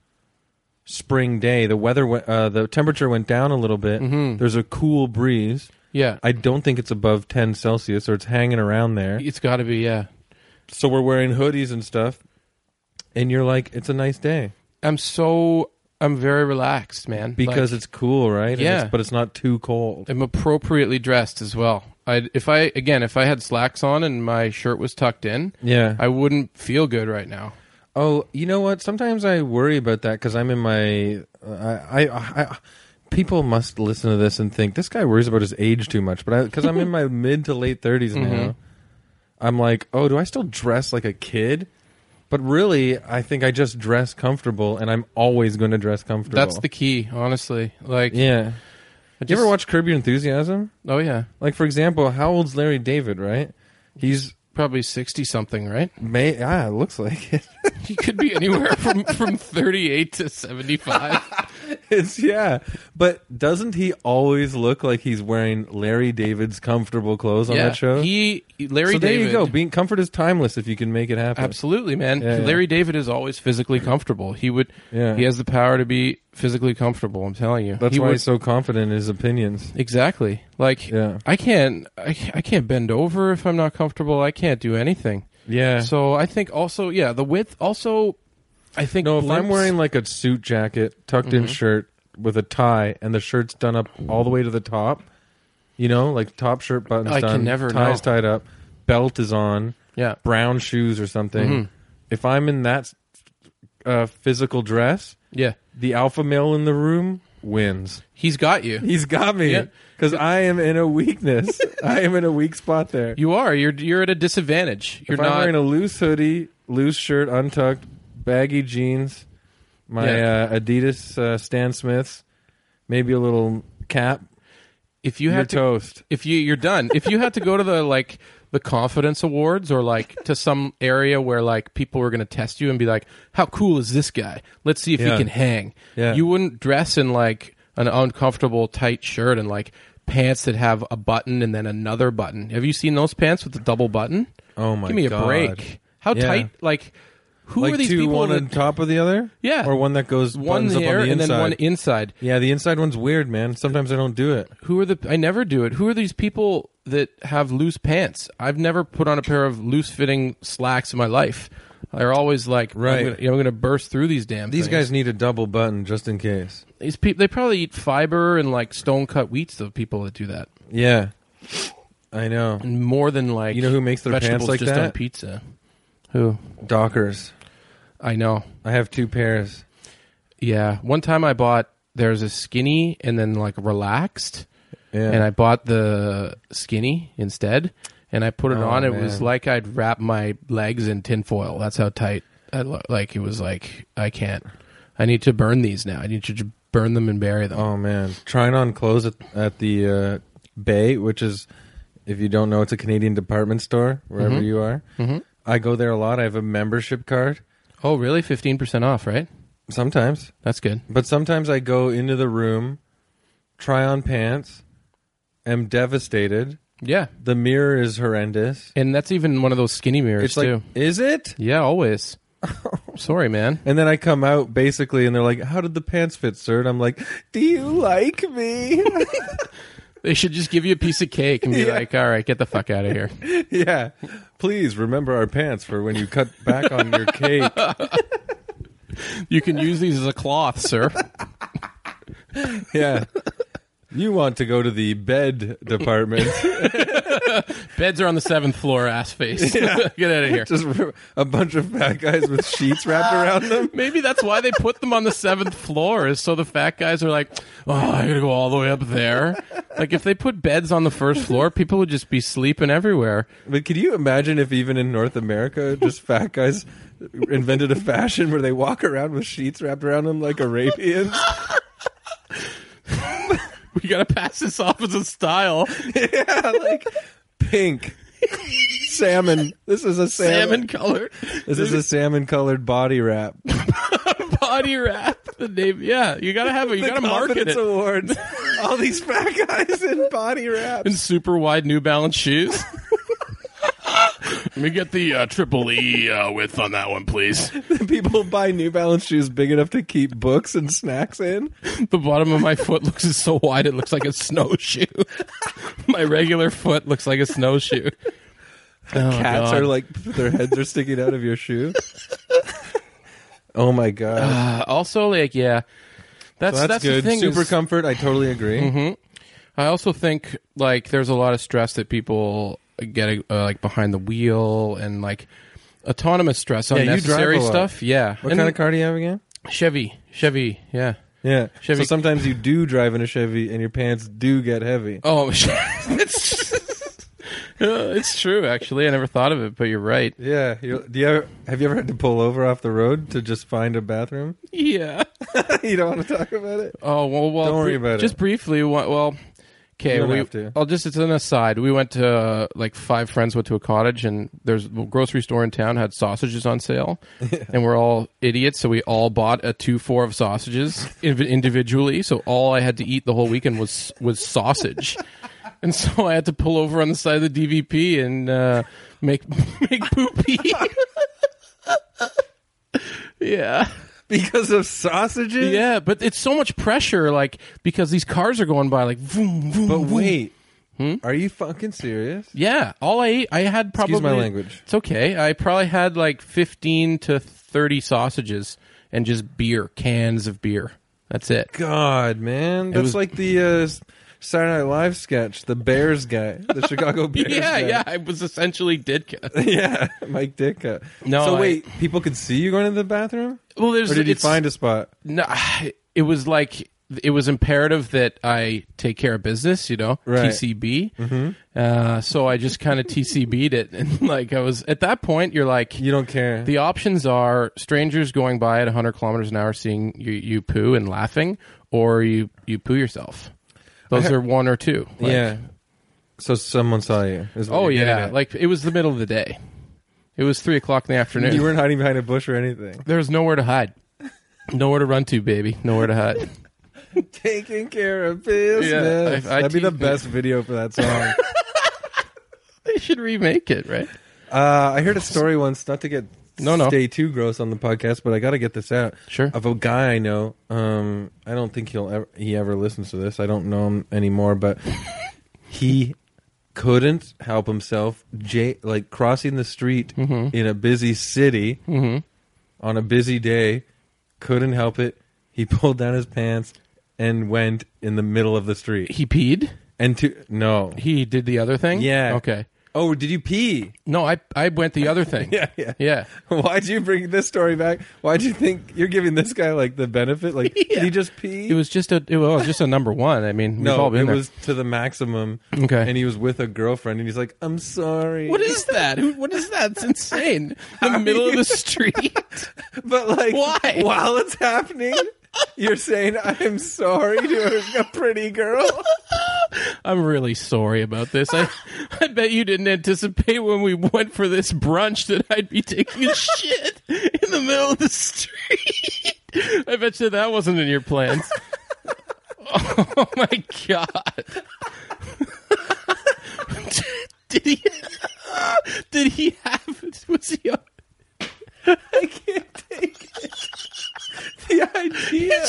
Speaker 3: spring day. The weather, went, uh, the temperature went down a little bit.
Speaker 2: Mm-hmm.
Speaker 3: There's a cool breeze.
Speaker 2: Yeah.
Speaker 3: I don't think it's above 10 Celsius, or it's hanging around there.
Speaker 2: it's got to be, yeah.
Speaker 3: So we're wearing hoodies and stuff, and you're like, it's a nice day
Speaker 2: I'm so I'm very relaxed, man.
Speaker 3: because
Speaker 2: Like,
Speaker 3: it's cool, right? And
Speaker 2: Yeah.
Speaker 3: it's, but it's not too cold.
Speaker 2: I'm appropriately dressed as well. I if I again if I had slacks on and my shirt was tucked in,
Speaker 3: Yeah.
Speaker 2: I wouldn't feel good right now.
Speaker 3: Oh, you know what? Sometimes I worry about that because I'm in my. I, I, I, people must listen to this and think this guy worries about his age too much. But because I'm in my mid to late 30s
Speaker 2: Mm-hmm.
Speaker 3: now, I'm like, oh, do I still dress like a kid? But really, I think I just dress comfortable, and I'm always going to dress comfortable.
Speaker 2: That's the key, honestly. Like,
Speaker 3: yeah.
Speaker 2: I
Speaker 3: Did you ever
Speaker 2: just-
Speaker 3: watch Curb Your Enthusiasm?
Speaker 2: Oh yeah,
Speaker 3: Like, for example, how old's Larry David? Right? He's
Speaker 2: probably sixty something, right?
Speaker 3: may ah it looks like it.
Speaker 2: He could be anywhere from from thirty eight to seventy five.
Speaker 3: It's yeah, but doesn't he always look like he's wearing Larry David's comfortable clothes on
Speaker 2: yeah,
Speaker 3: that show?
Speaker 2: he Larry
Speaker 3: so there
Speaker 2: David.
Speaker 3: you go. Being comfort is timeless if you can make it happen.
Speaker 2: Absolutely, man.
Speaker 3: Yeah, yeah.
Speaker 2: Larry David is always physically comfortable. He would.
Speaker 3: Yeah.
Speaker 2: He has the power to be physically comfortable. I'm telling you.
Speaker 3: That's
Speaker 2: he
Speaker 3: why
Speaker 2: works-
Speaker 3: he's so confident in his opinions.
Speaker 2: Exactly. Like
Speaker 3: Yeah.
Speaker 2: I can't I, I can't bend over if I'm not comfortable. I can't do anything.
Speaker 3: Yeah. So
Speaker 2: So I think also yeah, the width also I think
Speaker 3: no, if I'm
Speaker 2: limps- Mm-hmm.
Speaker 3: wearing like a suit jacket, tucked in shirt with a tie, and the shirt's done up all the way to the top, you know, like top shirt buttons
Speaker 2: I can
Speaker 3: done,
Speaker 2: never
Speaker 3: ties
Speaker 2: know.
Speaker 3: tied up, belt is on,
Speaker 2: yeah.
Speaker 3: brown shoes or something.
Speaker 2: Mm-hmm.
Speaker 3: If I'm in that uh, physical dress,
Speaker 2: Yeah.
Speaker 3: the alpha male in the room wins.
Speaker 2: He's got you.
Speaker 3: He's got me
Speaker 2: Yeah.
Speaker 3: because I am in a weakness. I am in a weak spot there.
Speaker 2: You are. You're you're at a disadvantage. You're
Speaker 3: if I'm
Speaker 2: not
Speaker 3: wearing a loose hoodie, loose shirt, untucked, baggy jeans, my
Speaker 2: Yeah.
Speaker 3: uh, Adidas uh, Stan Smiths, maybe a little cap,
Speaker 2: if you
Speaker 3: you're
Speaker 2: had to
Speaker 3: toast.
Speaker 2: if you you're done. if you had to go to the like the confidence awards or like to some area where like people were going to test you and be like, "How cool is this guy? Let's see if
Speaker 3: Yeah.
Speaker 2: he can hang."
Speaker 3: Yeah.
Speaker 2: You wouldn't dress in like an uncomfortable tight shirt and like pants that have a button and then another button. Have you seen those pants with the double button?
Speaker 3: Oh my
Speaker 2: Give me
Speaker 3: God.
Speaker 2: a break. How
Speaker 3: Yeah.
Speaker 2: tight like who
Speaker 3: like
Speaker 2: are these
Speaker 3: two,
Speaker 2: people?
Speaker 3: one
Speaker 2: that-
Speaker 3: on top of the other,
Speaker 2: Yeah.
Speaker 3: or one that goes
Speaker 2: one
Speaker 3: buttons up
Speaker 2: there
Speaker 3: on the
Speaker 2: and
Speaker 3: inside.
Speaker 2: then one inside.
Speaker 3: yeah, the inside one's weird, man. Sometimes I don't do it.
Speaker 2: Who are the? I never do it. Who are these people that have loose pants? I've never put on a pair of loose fitting slacks in my life. They're always like,
Speaker 3: Right.
Speaker 2: I'm gonna, you know, I'm gonna burst through these damn.
Speaker 3: These
Speaker 2: things.
Speaker 3: guys need a double button just in case.
Speaker 2: these people, they probably eat fiber and like stone cut wheats. The people that do that,
Speaker 3: Yeah, I know.
Speaker 2: and more than like,
Speaker 3: You know who makes their pants
Speaker 2: vegetables
Speaker 3: like
Speaker 2: just
Speaker 3: that?
Speaker 2: on pizza. Who?
Speaker 3: Dockers.
Speaker 2: I know.
Speaker 3: I have two pairs.
Speaker 2: Yeah. One time I bought there's a skinny and then like relaxed.
Speaker 3: Yeah.
Speaker 2: and I bought the skinny instead, and I put it
Speaker 3: Oh,
Speaker 2: on. It
Speaker 3: man.
Speaker 2: was like I'd wrap my legs in tinfoil. That's how tight. I lo- like it was like I can't. I need to burn these now. I need to j- burn them and bury them.
Speaker 3: oh man, trying on clothes at, at the uh, Bay, which is, if you don't know, it's a Canadian department store wherever
Speaker 2: Mm-hmm.
Speaker 3: you are. I go there a lot. I have a membership card
Speaker 2: Oh, really? Fifteen percent off, right?
Speaker 3: sometimes,
Speaker 2: That's good.
Speaker 3: but sometimes I go into the room, try on pants, am devastated.
Speaker 2: Yeah,
Speaker 3: The mirror is horrendous.
Speaker 2: and that's even one of those skinny mirrors
Speaker 3: It's like,
Speaker 2: too.
Speaker 3: is it?
Speaker 2: Yeah, always. Sorry, man.
Speaker 3: And then I come out basically, and they're like, "How did the pants fit, sir?" And I'm like, "Do you like me?"
Speaker 2: They should just give you a piece of cake and be like, "All right, get the fuck out of here."
Speaker 3: Yeah. Please remember our pants for when you cut back on your cake.
Speaker 2: You can use these as a cloth, sir.
Speaker 3: Yeah. You want to go to the bed department.
Speaker 2: Beds are on the seventh floor. Ass face. get out of here.
Speaker 3: Just r- a bunch of fat guys with sheets wrapped around them.
Speaker 2: Maybe that's why they put them on the seventh floor, is so the fat guys are like, oh, I gotta go all the way up there. Like, if they put beds on the first floor, people would just be sleeping everywhere.
Speaker 3: But could you imagine if even in North America, just fat guys invented a fashion where they walk around with sheets wrapped around them like Arabians?
Speaker 2: We gotta pass this off as a style.
Speaker 3: yeah, like pink. Salmon. This is a salmon.
Speaker 2: Salmon colored
Speaker 3: This is a salmon colored body wrap.
Speaker 2: body wrap. The name, yeah. You gotta have it. You gotta market
Speaker 3: Confidence
Speaker 2: it.
Speaker 3: awards. All these fat guys in body wraps.
Speaker 2: in super wide New Balance shoes. me get the uh, triple E uh, width on that one, please.
Speaker 3: People buy New Balance shoes big enough to keep books and snacks in.
Speaker 2: The bottom of my foot looks so wide it looks like a snowshoe. my regular foot looks like a snowshoe.
Speaker 3: Cats are like their heads are sticking out of your shoe. oh my god,
Speaker 2: Uh, also, like, yeah, that's
Speaker 3: that's,
Speaker 2: that's,
Speaker 3: good.
Speaker 2: the thing.
Speaker 3: Super
Speaker 2: is-
Speaker 3: comfort. I totally agree.
Speaker 2: I also think like there's a lot of stress that people get uh, like behind the wheel and like autonomous stress,
Speaker 3: you drive
Speaker 2: unnecessary
Speaker 3: a lot.
Speaker 2: stuff. Yeah,
Speaker 3: What
Speaker 2: And
Speaker 3: kind of car do you have again?
Speaker 2: Chevy, Chevy, yeah.
Speaker 3: Yeah.
Speaker 2: Chevy-
Speaker 3: So sometimes you do drive in a Chevy and your pants do get heavy.
Speaker 2: Oh, it's Uh, it's true. Actually, I never thought of it, but you're right.
Speaker 3: Yeah. you do you ever, have you ever had to pull over off the road to just find a bathroom?
Speaker 2: Yeah.
Speaker 3: you don't want to talk about it?
Speaker 2: Oh well, well
Speaker 3: Don't worry
Speaker 2: br-
Speaker 3: about it.
Speaker 2: Just briefly, wha- well, okay.
Speaker 3: You don't
Speaker 2: We,
Speaker 3: have to.
Speaker 2: I'll just it's an aside. We went to uh, like five friends went to a cottage, and there's a grocery store in town had sausages on sale, and we're all idiots, so we all bought a two four of sausages inv- individually. So all I had to eat the whole weekend was was sausage. And so I had to pull over on the side of the DVP and uh, make make poopy. yeah.
Speaker 3: Because of sausages?
Speaker 2: Yeah, but it's so much pressure, like because these cars are going by, like vroom, vroom,
Speaker 3: But
Speaker 2: vroom.
Speaker 3: wait.
Speaker 2: Hmm?
Speaker 3: Are you fucking serious?
Speaker 2: Yeah, all I ate, I had probably.
Speaker 3: Excuse my language.
Speaker 2: It's okay. I probably had like fifteen to thirty sausages and just beer, cans of beer. That's it.
Speaker 3: God, man. That's
Speaker 2: was-
Speaker 3: like the uh, Saturday Night Live sketch, the Bears guy, the Chicago Bears
Speaker 2: yeah,
Speaker 3: guy.
Speaker 2: yeah. I was essentially didka.
Speaker 3: Yeah, Mike Ditka.
Speaker 2: No,
Speaker 3: so
Speaker 2: I-
Speaker 3: wait, people could see you going to the bathroom,
Speaker 2: Well, there's.
Speaker 3: or did you
Speaker 2: it's-
Speaker 3: find a spot?
Speaker 2: No, it was like it was imperative that I take care of business, you know,
Speaker 3: Right.
Speaker 2: TCB. Mm-hmm. Uh, so I just kind of TCB'd it, and like I was at that point, you're like,
Speaker 3: You don't care.
Speaker 2: The options are strangers going by at 100 kilometers an hour, seeing you, you poo and laughing, or you, you poo yourself. Those are one or two. Like,
Speaker 3: yeah. So someone saw you. is what
Speaker 2: Oh
Speaker 3: you're getting
Speaker 2: yeah.
Speaker 3: at.
Speaker 2: Like it was the middle of the day. It was three o'clock in the afternoon.
Speaker 3: you weren't hiding behind a bush or anything.
Speaker 2: there was nowhere to hide. Nowhere to run to, baby. Nowhere to hide.
Speaker 3: Taking care of business.
Speaker 2: I- I
Speaker 3: That'd be the
Speaker 2: teased-
Speaker 3: best video for that song.
Speaker 2: they should remake it, right?
Speaker 3: uh, I heard a story once. Not to get
Speaker 2: No, no.
Speaker 3: stay too gross on the podcast, but I got to get this out.
Speaker 2: Sure.
Speaker 3: Of a guy I know. Um, I don't think he'll ever he ever listens to this. I don't know him anymore, but he couldn't help himself. J- like crossing the street
Speaker 2: Mm-hmm.
Speaker 3: in a busy city on a busy day, couldn't help it. He pulled down his pants and went in the middle of the street.
Speaker 2: He peed.
Speaker 3: And to no.
Speaker 2: He did the other thing.
Speaker 3: Yeah.
Speaker 2: Okay.
Speaker 3: Oh, did you pee?
Speaker 2: No, I I went the other thing.
Speaker 3: Yeah, yeah.
Speaker 2: Yeah.
Speaker 3: Why'd you bring this story back? Why'd you think you're giving this guy like the benefit? Like, did he just pee?
Speaker 2: It was just a it was just a number one. I mean, we've
Speaker 3: no,
Speaker 2: all been
Speaker 3: it
Speaker 2: there.
Speaker 3: was to the maximum.
Speaker 2: Okay.
Speaker 3: and he was with a girlfriend, and he's like, "I'm sorry."
Speaker 2: What is that? Who- What is that? It's insane. The middle of the street.
Speaker 3: But like,
Speaker 2: Why?
Speaker 3: While it's happening, you're saying, "I'm sorry" to a pretty girl.
Speaker 2: I'm really sorry about this. I, I bet you didn't anticipate when we went for this brunch that I'd be taking a shit in the middle of the street. I bet you that wasn't in your plans. Oh my god. Did he Did he have was he on-
Speaker 3: I can't take it. The idea.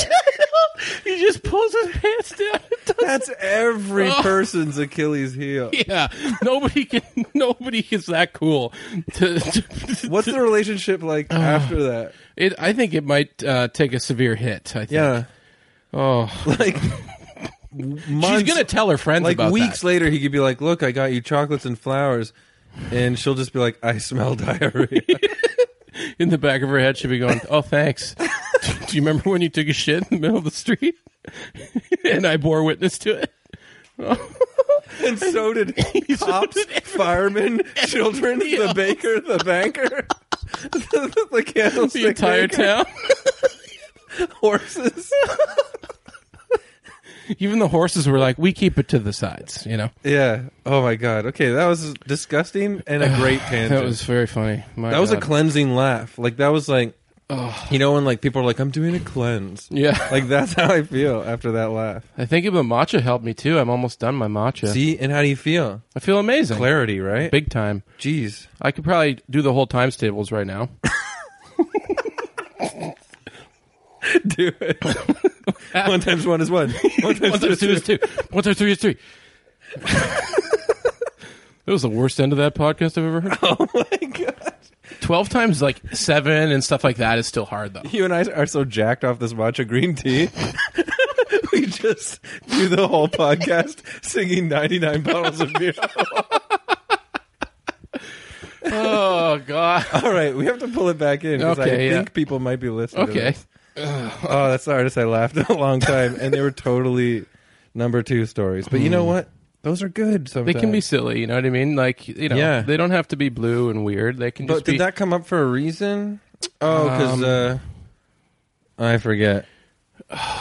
Speaker 2: he just pulls his pants down and does
Speaker 3: That's every person's Achilles heel.
Speaker 2: Oh. Yeah, nobody can. Nobody is that cool. To, to-
Speaker 3: What's the relationship
Speaker 2: Uh.
Speaker 3: like after that?
Speaker 2: it, I think it might uh, take a severe hit. I think.
Speaker 3: Yeah.
Speaker 2: Oh,
Speaker 3: like months,
Speaker 2: she's gonna tell her friends
Speaker 3: like
Speaker 2: about
Speaker 3: weeks
Speaker 2: that.
Speaker 3: later he could be like look i got you chocolates and flowers and she'll just be like i smell diarrhea
Speaker 2: In the back of her head, she'll be going, "Oh, thanks. Do you remember when you took a shit in the middle of the street, and I bore witness to it?" Oh,
Speaker 3: and so did cops firemen children the baker the banker the, the candlestick
Speaker 2: The entire
Speaker 3: maker,
Speaker 2: town,
Speaker 3: horses
Speaker 2: even the horses were like, "We keep it to the sides," you know.
Speaker 3: yeah oh my god okay that was disgusting and a great tangent
Speaker 2: That was very funny. My
Speaker 3: that was a
Speaker 2: God.
Speaker 3: cleansing laugh like that was like You know when like people are like, "I'm doing a cleanse."
Speaker 2: Yeah.
Speaker 3: Like that's how I feel after that laugh.
Speaker 2: I think even matcha helped me too. I'm almost done my matcha.
Speaker 3: See, and how do you feel?
Speaker 2: I feel amazing.
Speaker 3: Clarity, right?
Speaker 2: Big time.
Speaker 3: Jeez.
Speaker 2: I could probably do the whole times tables right now.
Speaker 3: Do it. one times one is one. One times two
Speaker 2: One times
Speaker 3: is
Speaker 2: two
Speaker 3: two.
Speaker 2: is two. One times three is three. that was the worst end of that podcast I've ever heard.
Speaker 3: Oh my god.
Speaker 2: Twelve times like seven and stuff like that is still hard though.
Speaker 3: You and I are so jacked off this matcha green tea. we just do the whole podcast singing 99 bottles of beer.
Speaker 2: oh god.
Speaker 3: All right, we have to pull it back in because I
Speaker 2: Okay, yeah.
Speaker 3: think people might be listening. to
Speaker 2: Okay.
Speaker 3: this. Oh, that's the hardest I laughed in a long time, and they were totally number two stories. But you know what? Those are good.
Speaker 2: They
Speaker 3: Sometimes
Speaker 2: can be silly, you know what I mean? Like you know,
Speaker 3: Yeah.
Speaker 2: they don't have to be blue and weird. They can Um,
Speaker 3: But
Speaker 2: just
Speaker 3: did
Speaker 2: be.
Speaker 3: that come up for a reason? Oh, because uh, I forget.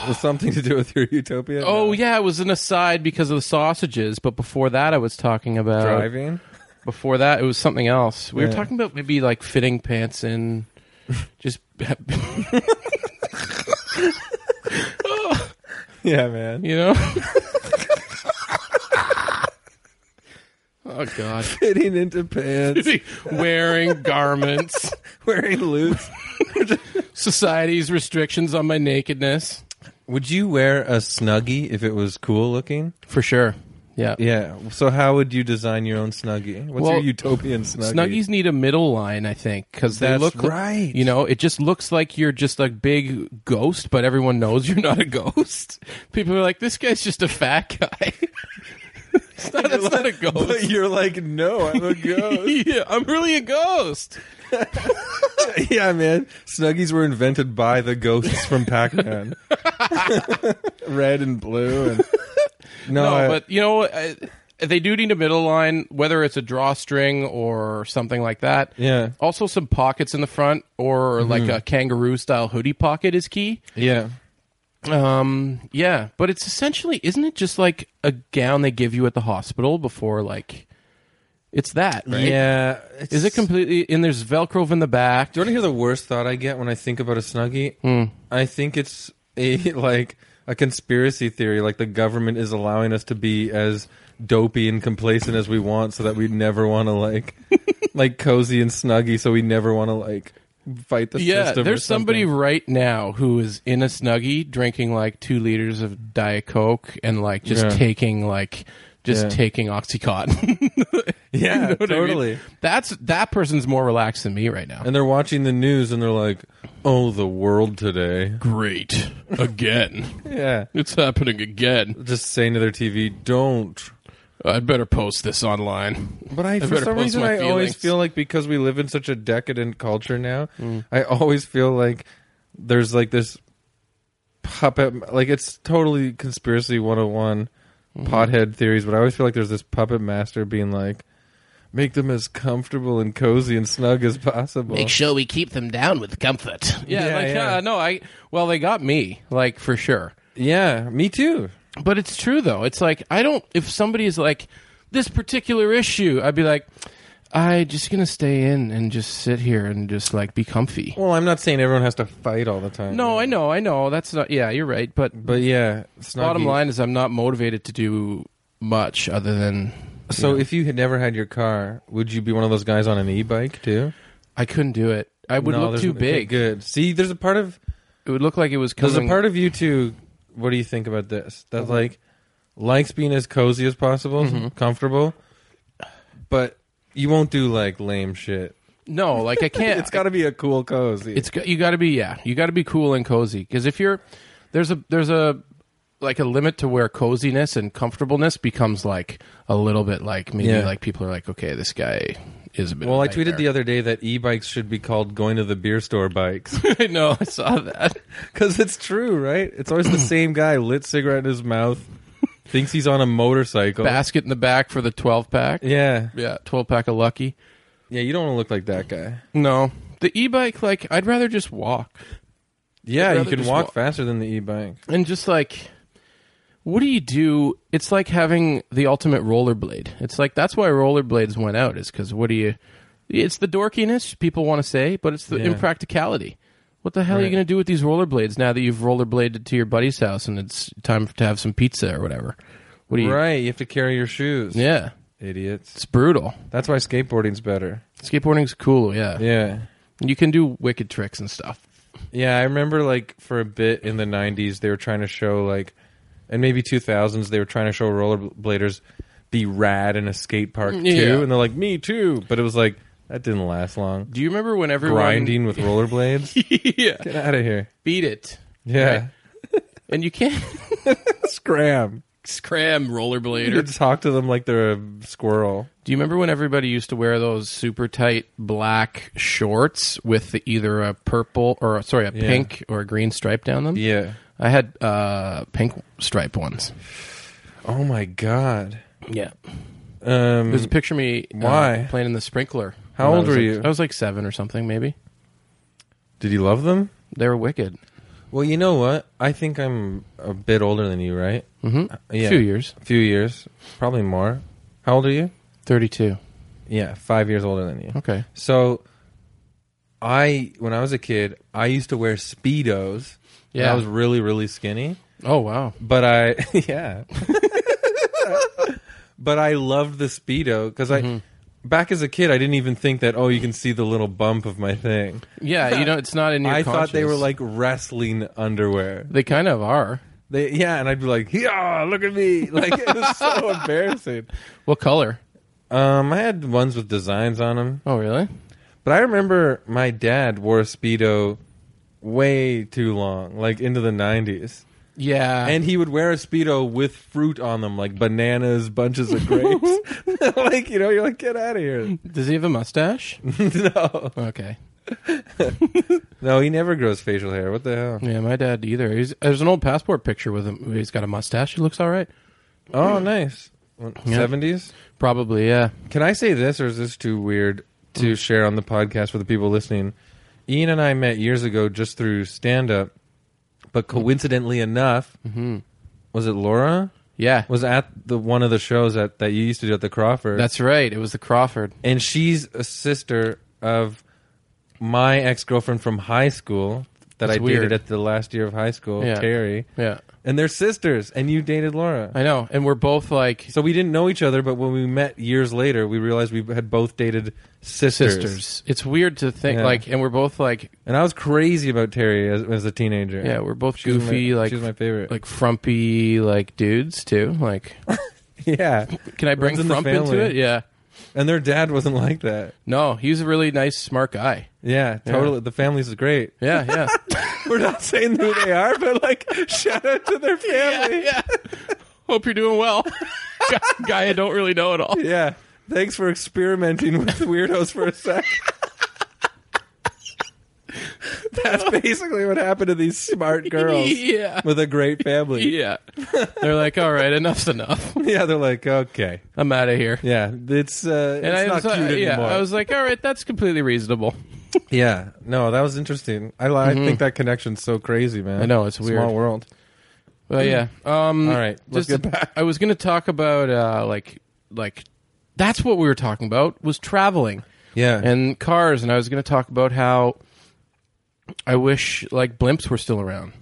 Speaker 3: Was something to do with your utopia?
Speaker 2: oh
Speaker 3: No.
Speaker 2: yeah, it was an aside because of the sausages. But before that, I was talking about
Speaker 3: driving.
Speaker 2: Before that, it was something else. We were
Speaker 3: Yeah.
Speaker 2: talking about maybe like fitting pants in. Just
Speaker 3: Yeah, man.
Speaker 2: you know. oh God!
Speaker 3: Fitting into pants,
Speaker 2: Wearing garments,
Speaker 3: wearing loose.
Speaker 2: society's restrictions on my nakedness.
Speaker 3: Would you wear a snuggie if it was cool looking?
Speaker 2: For sure. Yeah.
Speaker 3: Yeah. So how would you design your own snuggie? What's
Speaker 2: Well,
Speaker 3: your utopian snuggie?
Speaker 2: Snuggies need a middle line, I think, because they
Speaker 3: That's
Speaker 2: look
Speaker 3: right.
Speaker 2: You know, it just looks like you're just a big ghost, but everyone knows you're not a ghost. People are like, "This guy's just a fat guy." it's not, that's not a
Speaker 3: But
Speaker 2: ghost.
Speaker 3: you're like, no, I'm a ghost.
Speaker 2: yeah, I'm really a ghost.
Speaker 3: yeah, man. Snuggies were invented by the ghosts from Pac-Man. Red and blue and no,
Speaker 2: No,
Speaker 3: I-
Speaker 2: but you know, I, they do need a middle line, whether it's a drawstring or something like that.
Speaker 3: yeah, Mm-hmm.
Speaker 2: Also, some pockets in the front, or like a kangaroo style hoodie pocket is key.
Speaker 3: yeah.
Speaker 2: Um, yeah, but it's essentially, isn't it just like a gown they give you at the hospital before, like, it's that, right?
Speaker 3: Yeah. it's-
Speaker 2: Is it
Speaker 3: Do
Speaker 2: completely, and there's Velcro in the back.
Speaker 3: you want to hear the worst thought I get when I think about a Snuggie? I think it's a like a conspiracy theory like the government is allowing us to be as dopey and complacent as we want so that we never want to like like cozy and snuggy so we never want to like fight the
Speaker 2: Yeah,
Speaker 3: system or
Speaker 2: there's somebody
Speaker 3: something.
Speaker 2: right now who is in a snuggie drinking like two liters of Diet Coke and like just
Speaker 3: Yeah.
Speaker 2: taking like just
Speaker 3: Yeah.
Speaker 2: taking OxyContin.
Speaker 3: yeah
Speaker 2: You know what I mean?
Speaker 3: totally
Speaker 2: That's that person's more relaxed than me right now.
Speaker 3: and they're watching the news and they're like, "Oh, the world today."
Speaker 2: Great again,
Speaker 3: Yeah,
Speaker 2: it's happening again.
Speaker 3: just saying to their TV, "Don't."
Speaker 2: I better post this online.
Speaker 3: But I, for
Speaker 2: better
Speaker 3: some
Speaker 2: post
Speaker 3: reason,
Speaker 2: my
Speaker 3: I always
Speaker 2: feelings.
Speaker 3: feel like because we live in such a decadent culture now, I always feel like there's like this puppet. Like it's totally conspiracy 101 pothead theories, but I always feel like there's this puppet master being like, "Make them as comfortable and cozy and snug as possible."
Speaker 2: sure we keep them down with comfort. Yeah,
Speaker 3: Yeah,
Speaker 2: like
Speaker 3: yeah.
Speaker 2: uh, no, I well they got me like for sure.
Speaker 3: yeah, me too.
Speaker 2: But it's true though. It's like I don't. If somebody is like this particular issue, I'd be like, I just gonna stay in and just sit here and just like be comfy.
Speaker 3: Well, I'm not saying everyone has to fight all the time.
Speaker 2: No, I know, I know. That's not. Yeah, you're right. But
Speaker 3: But yeah, snuggie.
Speaker 2: bottom line is, I'm not motivated to do much other than.
Speaker 3: So if you had never had your car, would you be one of those guys on an e-bike too?
Speaker 2: I couldn't do it. I would
Speaker 3: No,
Speaker 2: look
Speaker 3: there's-
Speaker 2: too
Speaker 3: okay,
Speaker 2: big.
Speaker 3: Good. See, there's a part of
Speaker 2: It would look like it was
Speaker 3: there's a
Speaker 2: coming.
Speaker 3: part of you too. What do you think about this? That like likes being as cozy as possible,
Speaker 2: Mm-hmm.
Speaker 3: comfortable, but you won't do like lame shit.
Speaker 2: no, like I can't.
Speaker 3: It's got to be a cool cozy.
Speaker 2: It's go- you got to be yeah, you got to be cool and cozy because if you're there's a there's a like a limit to where coziness and comfortableness becomes like a little bit like maybe
Speaker 3: Yeah.
Speaker 2: like people are like okay this guy is a bit
Speaker 3: well, I tweeted the other day that e-bikes should be called going to the beer store bikes
Speaker 2: I know I saw that
Speaker 3: because it's true, right? It's always the same guy, lit cigarette in his mouth, thinks he's on a motorcycle.
Speaker 2: basket in the back for the twelve pack
Speaker 3: yeah,
Speaker 2: yeah twelve pack of lucky
Speaker 3: yeah. You don't want to look like that guy.
Speaker 2: no the e bike like I'd rather just walk I'd
Speaker 3: Yeah, you
Speaker 2: rather
Speaker 3: can
Speaker 2: just
Speaker 3: walk
Speaker 2: walk.
Speaker 3: faster than the e-bike.
Speaker 2: and just like what do you do it's like having the ultimate rollerblade it's like that's why rollerblades went out is because what do you it's the dorkiness people want to say but it's the
Speaker 3: Yeah.
Speaker 2: impracticality What the hell are you
Speaker 1: Right.
Speaker 2: going to do with these rollerblades now that you've rollerbladed to your buddy's house and it's time to have some pizza or whatever? What do you?
Speaker 3: right, you have to carry your shoes.
Speaker 2: Yeah,
Speaker 3: Idiots.
Speaker 2: it's brutal.
Speaker 3: That's why skateboarding's better.
Speaker 2: Skateboarding's cool. Yeah.
Speaker 3: Yeah.
Speaker 2: you can do wicked tricks and stuff.
Speaker 3: Yeah, I remember like for a bit in the 90s they were trying to show like and maybe 2000s they were trying to show rollerbladers be rad in a skate park too
Speaker 2: Mm, Yeah.
Speaker 3: and they're like me too, but it was like that didn't last long.
Speaker 2: Do you remember when everyone
Speaker 3: Grinding with rollerblades?
Speaker 2: yeah,
Speaker 3: Get out of here.
Speaker 2: beat it,
Speaker 3: Yeah.
Speaker 2: and you can't
Speaker 3: Scram.
Speaker 2: scram
Speaker 3: You
Speaker 2: rollerblader.
Speaker 3: could talk to them like they're a squirrel.
Speaker 2: Do you remember when everybody used to wear those super tight black shorts with the, either a purple or sorry a
Speaker 3: Yeah.
Speaker 2: pink or a green stripe down them?
Speaker 3: Yeah.
Speaker 2: I had uh, pink stripe ones.
Speaker 3: Oh my god.
Speaker 2: Yeah,
Speaker 3: Um
Speaker 2: there's a picture of me uh,
Speaker 3: Why?
Speaker 2: playing in the sprinkler.
Speaker 3: How
Speaker 2: when I
Speaker 3: old
Speaker 2: was
Speaker 3: were
Speaker 2: like-
Speaker 3: you?
Speaker 2: I was like seven or something, maybe.
Speaker 3: did you love them?
Speaker 2: They were wicked.
Speaker 3: Well, you know what? I think I'm a bit older than you, right?
Speaker 2: hmm
Speaker 3: Uh, yeah.
Speaker 2: Few years,
Speaker 3: A few years, probably more. How old are you?
Speaker 2: thirty-two.
Speaker 3: Yeah, 5 years older than you.
Speaker 2: Okay.
Speaker 3: So I when I was a kid, I used to wear speedos. and
Speaker 2: Yeah.
Speaker 3: I was really really skinny,
Speaker 2: Oh wow.
Speaker 3: but I yeah. but I loved the speedo cuz I back as a kid I didn't even think that oh you can see the little bump of my thing.
Speaker 2: Yeah, you know it's not in your.
Speaker 3: I thought they were
Speaker 2: conscience.
Speaker 3: like wrestling underwear.
Speaker 2: They kind of are.
Speaker 3: They yeah, and I'd be like, "Yeah, look at me!" Like it was so embarrassing.
Speaker 2: What color?
Speaker 3: Um, I had ones with designs on them,
Speaker 2: Oh, really?
Speaker 3: but I remember my dad wore a speedo way too long, like into the nineties,
Speaker 2: Yeah.
Speaker 3: and he would wear a speedo with fruit on them, like bananas, bunches of grapes. like you know, you're like, "Get out of here!"
Speaker 2: does he have a mustache?
Speaker 3: no,
Speaker 2: okay.
Speaker 3: no, he never grows facial hair. What the hell?
Speaker 2: Yeah, my dad either. He's, there's an old passport picture with him. He's got a mustache. He looks all right.
Speaker 3: Oh, nice.
Speaker 2: Yeah.
Speaker 3: Seventies.
Speaker 2: Probably, yeah.
Speaker 3: Can I say this, or is this too weird
Speaker 2: Mm.
Speaker 3: to share on the podcast for the people listening? Ian and I met years ago just through stand up, but
Speaker 2: Mm.
Speaker 3: coincidentally enough,
Speaker 2: Mm-hmm.
Speaker 3: was it Laura?
Speaker 2: Yeah.
Speaker 3: Was at the one of the shows at, that you used to do at the Crawford.
Speaker 2: That's right. It was the Crawford.
Speaker 3: and she's a sister of my ex girlfriend from high school that
Speaker 2: That's
Speaker 3: I
Speaker 2: weird.
Speaker 3: dated at the last year of high school,
Speaker 2: Yeah.
Speaker 3: Terry.
Speaker 2: Yeah.
Speaker 3: And they're sisters, and you dated Laura.
Speaker 2: I know. And we're both like
Speaker 3: so we didn't know each other, but when we met years later, we realized we had both dated
Speaker 2: sisters. It's weird to think
Speaker 3: Yeah.
Speaker 2: like and we're both like
Speaker 3: And I was crazy about Terry as, as a teenager.
Speaker 2: yeah, we're both
Speaker 3: She was
Speaker 2: goofy
Speaker 3: my-
Speaker 2: like
Speaker 3: she was my favorite.
Speaker 2: like frumpy like dudes too. Like
Speaker 3: yeah,
Speaker 2: can I bring
Speaker 3: Runs in the
Speaker 2: frump into
Speaker 3: family.
Speaker 2: it? Yeah.
Speaker 3: and their dad wasn't like that.
Speaker 2: No, he's a really nice smart guy.
Speaker 3: Yeah, totally. The family's great.
Speaker 2: Yeah, yeah.
Speaker 3: We're not saying who they are, but like shout out to their family.
Speaker 2: yeah. Hope you're doing well. guy, guy I don't really know at all.
Speaker 3: Yeah. Thanks for experimenting with weirdos for a sec. That's basically what happened to these smart girls
Speaker 2: Yeah.
Speaker 3: with a great family.
Speaker 2: Yeah. They're like, all right, enough's enough.
Speaker 3: Yeah, they're like, okay,
Speaker 2: I'm out of here.
Speaker 3: yeah, it's uh,
Speaker 2: and
Speaker 3: it's
Speaker 2: I
Speaker 3: not
Speaker 2: was,
Speaker 3: cute
Speaker 2: like, yeah,
Speaker 3: anymore.
Speaker 2: I was like, all right, that's completely reasonable.
Speaker 3: Yeah, no, that was interesting. I, I think that connection's so crazy, man.
Speaker 2: Mm-hmm. I know, it's weird.
Speaker 3: Small world.
Speaker 2: Well, yeah. Um,
Speaker 3: Mm. All right, let's
Speaker 2: just-
Speaker 3: get back.
Speaker 2: I was gonna talk about uh, like like that's what we were talking about was traveling
Speaker 3: Yeah,
Speaker 2: and cars, and I was gonna talk about how I wish like blimps were still around.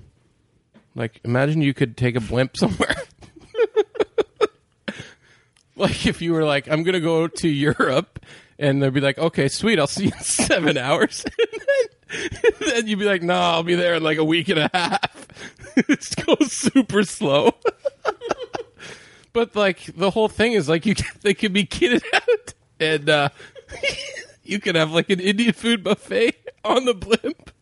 Speaker 2: Like, imagine you could take a blimp somewhere. like, if you were like, I'm gonna go to Europe, and they'd be like, okay, sweet, I'll see you in seven hours. and then, then you'd be like, no, I'll be there in like a week and a half. it goes super slow. but like, the whole thing is like, you can, they could be kitted out, and uh, you could have like an Indian food buffet on the blimp.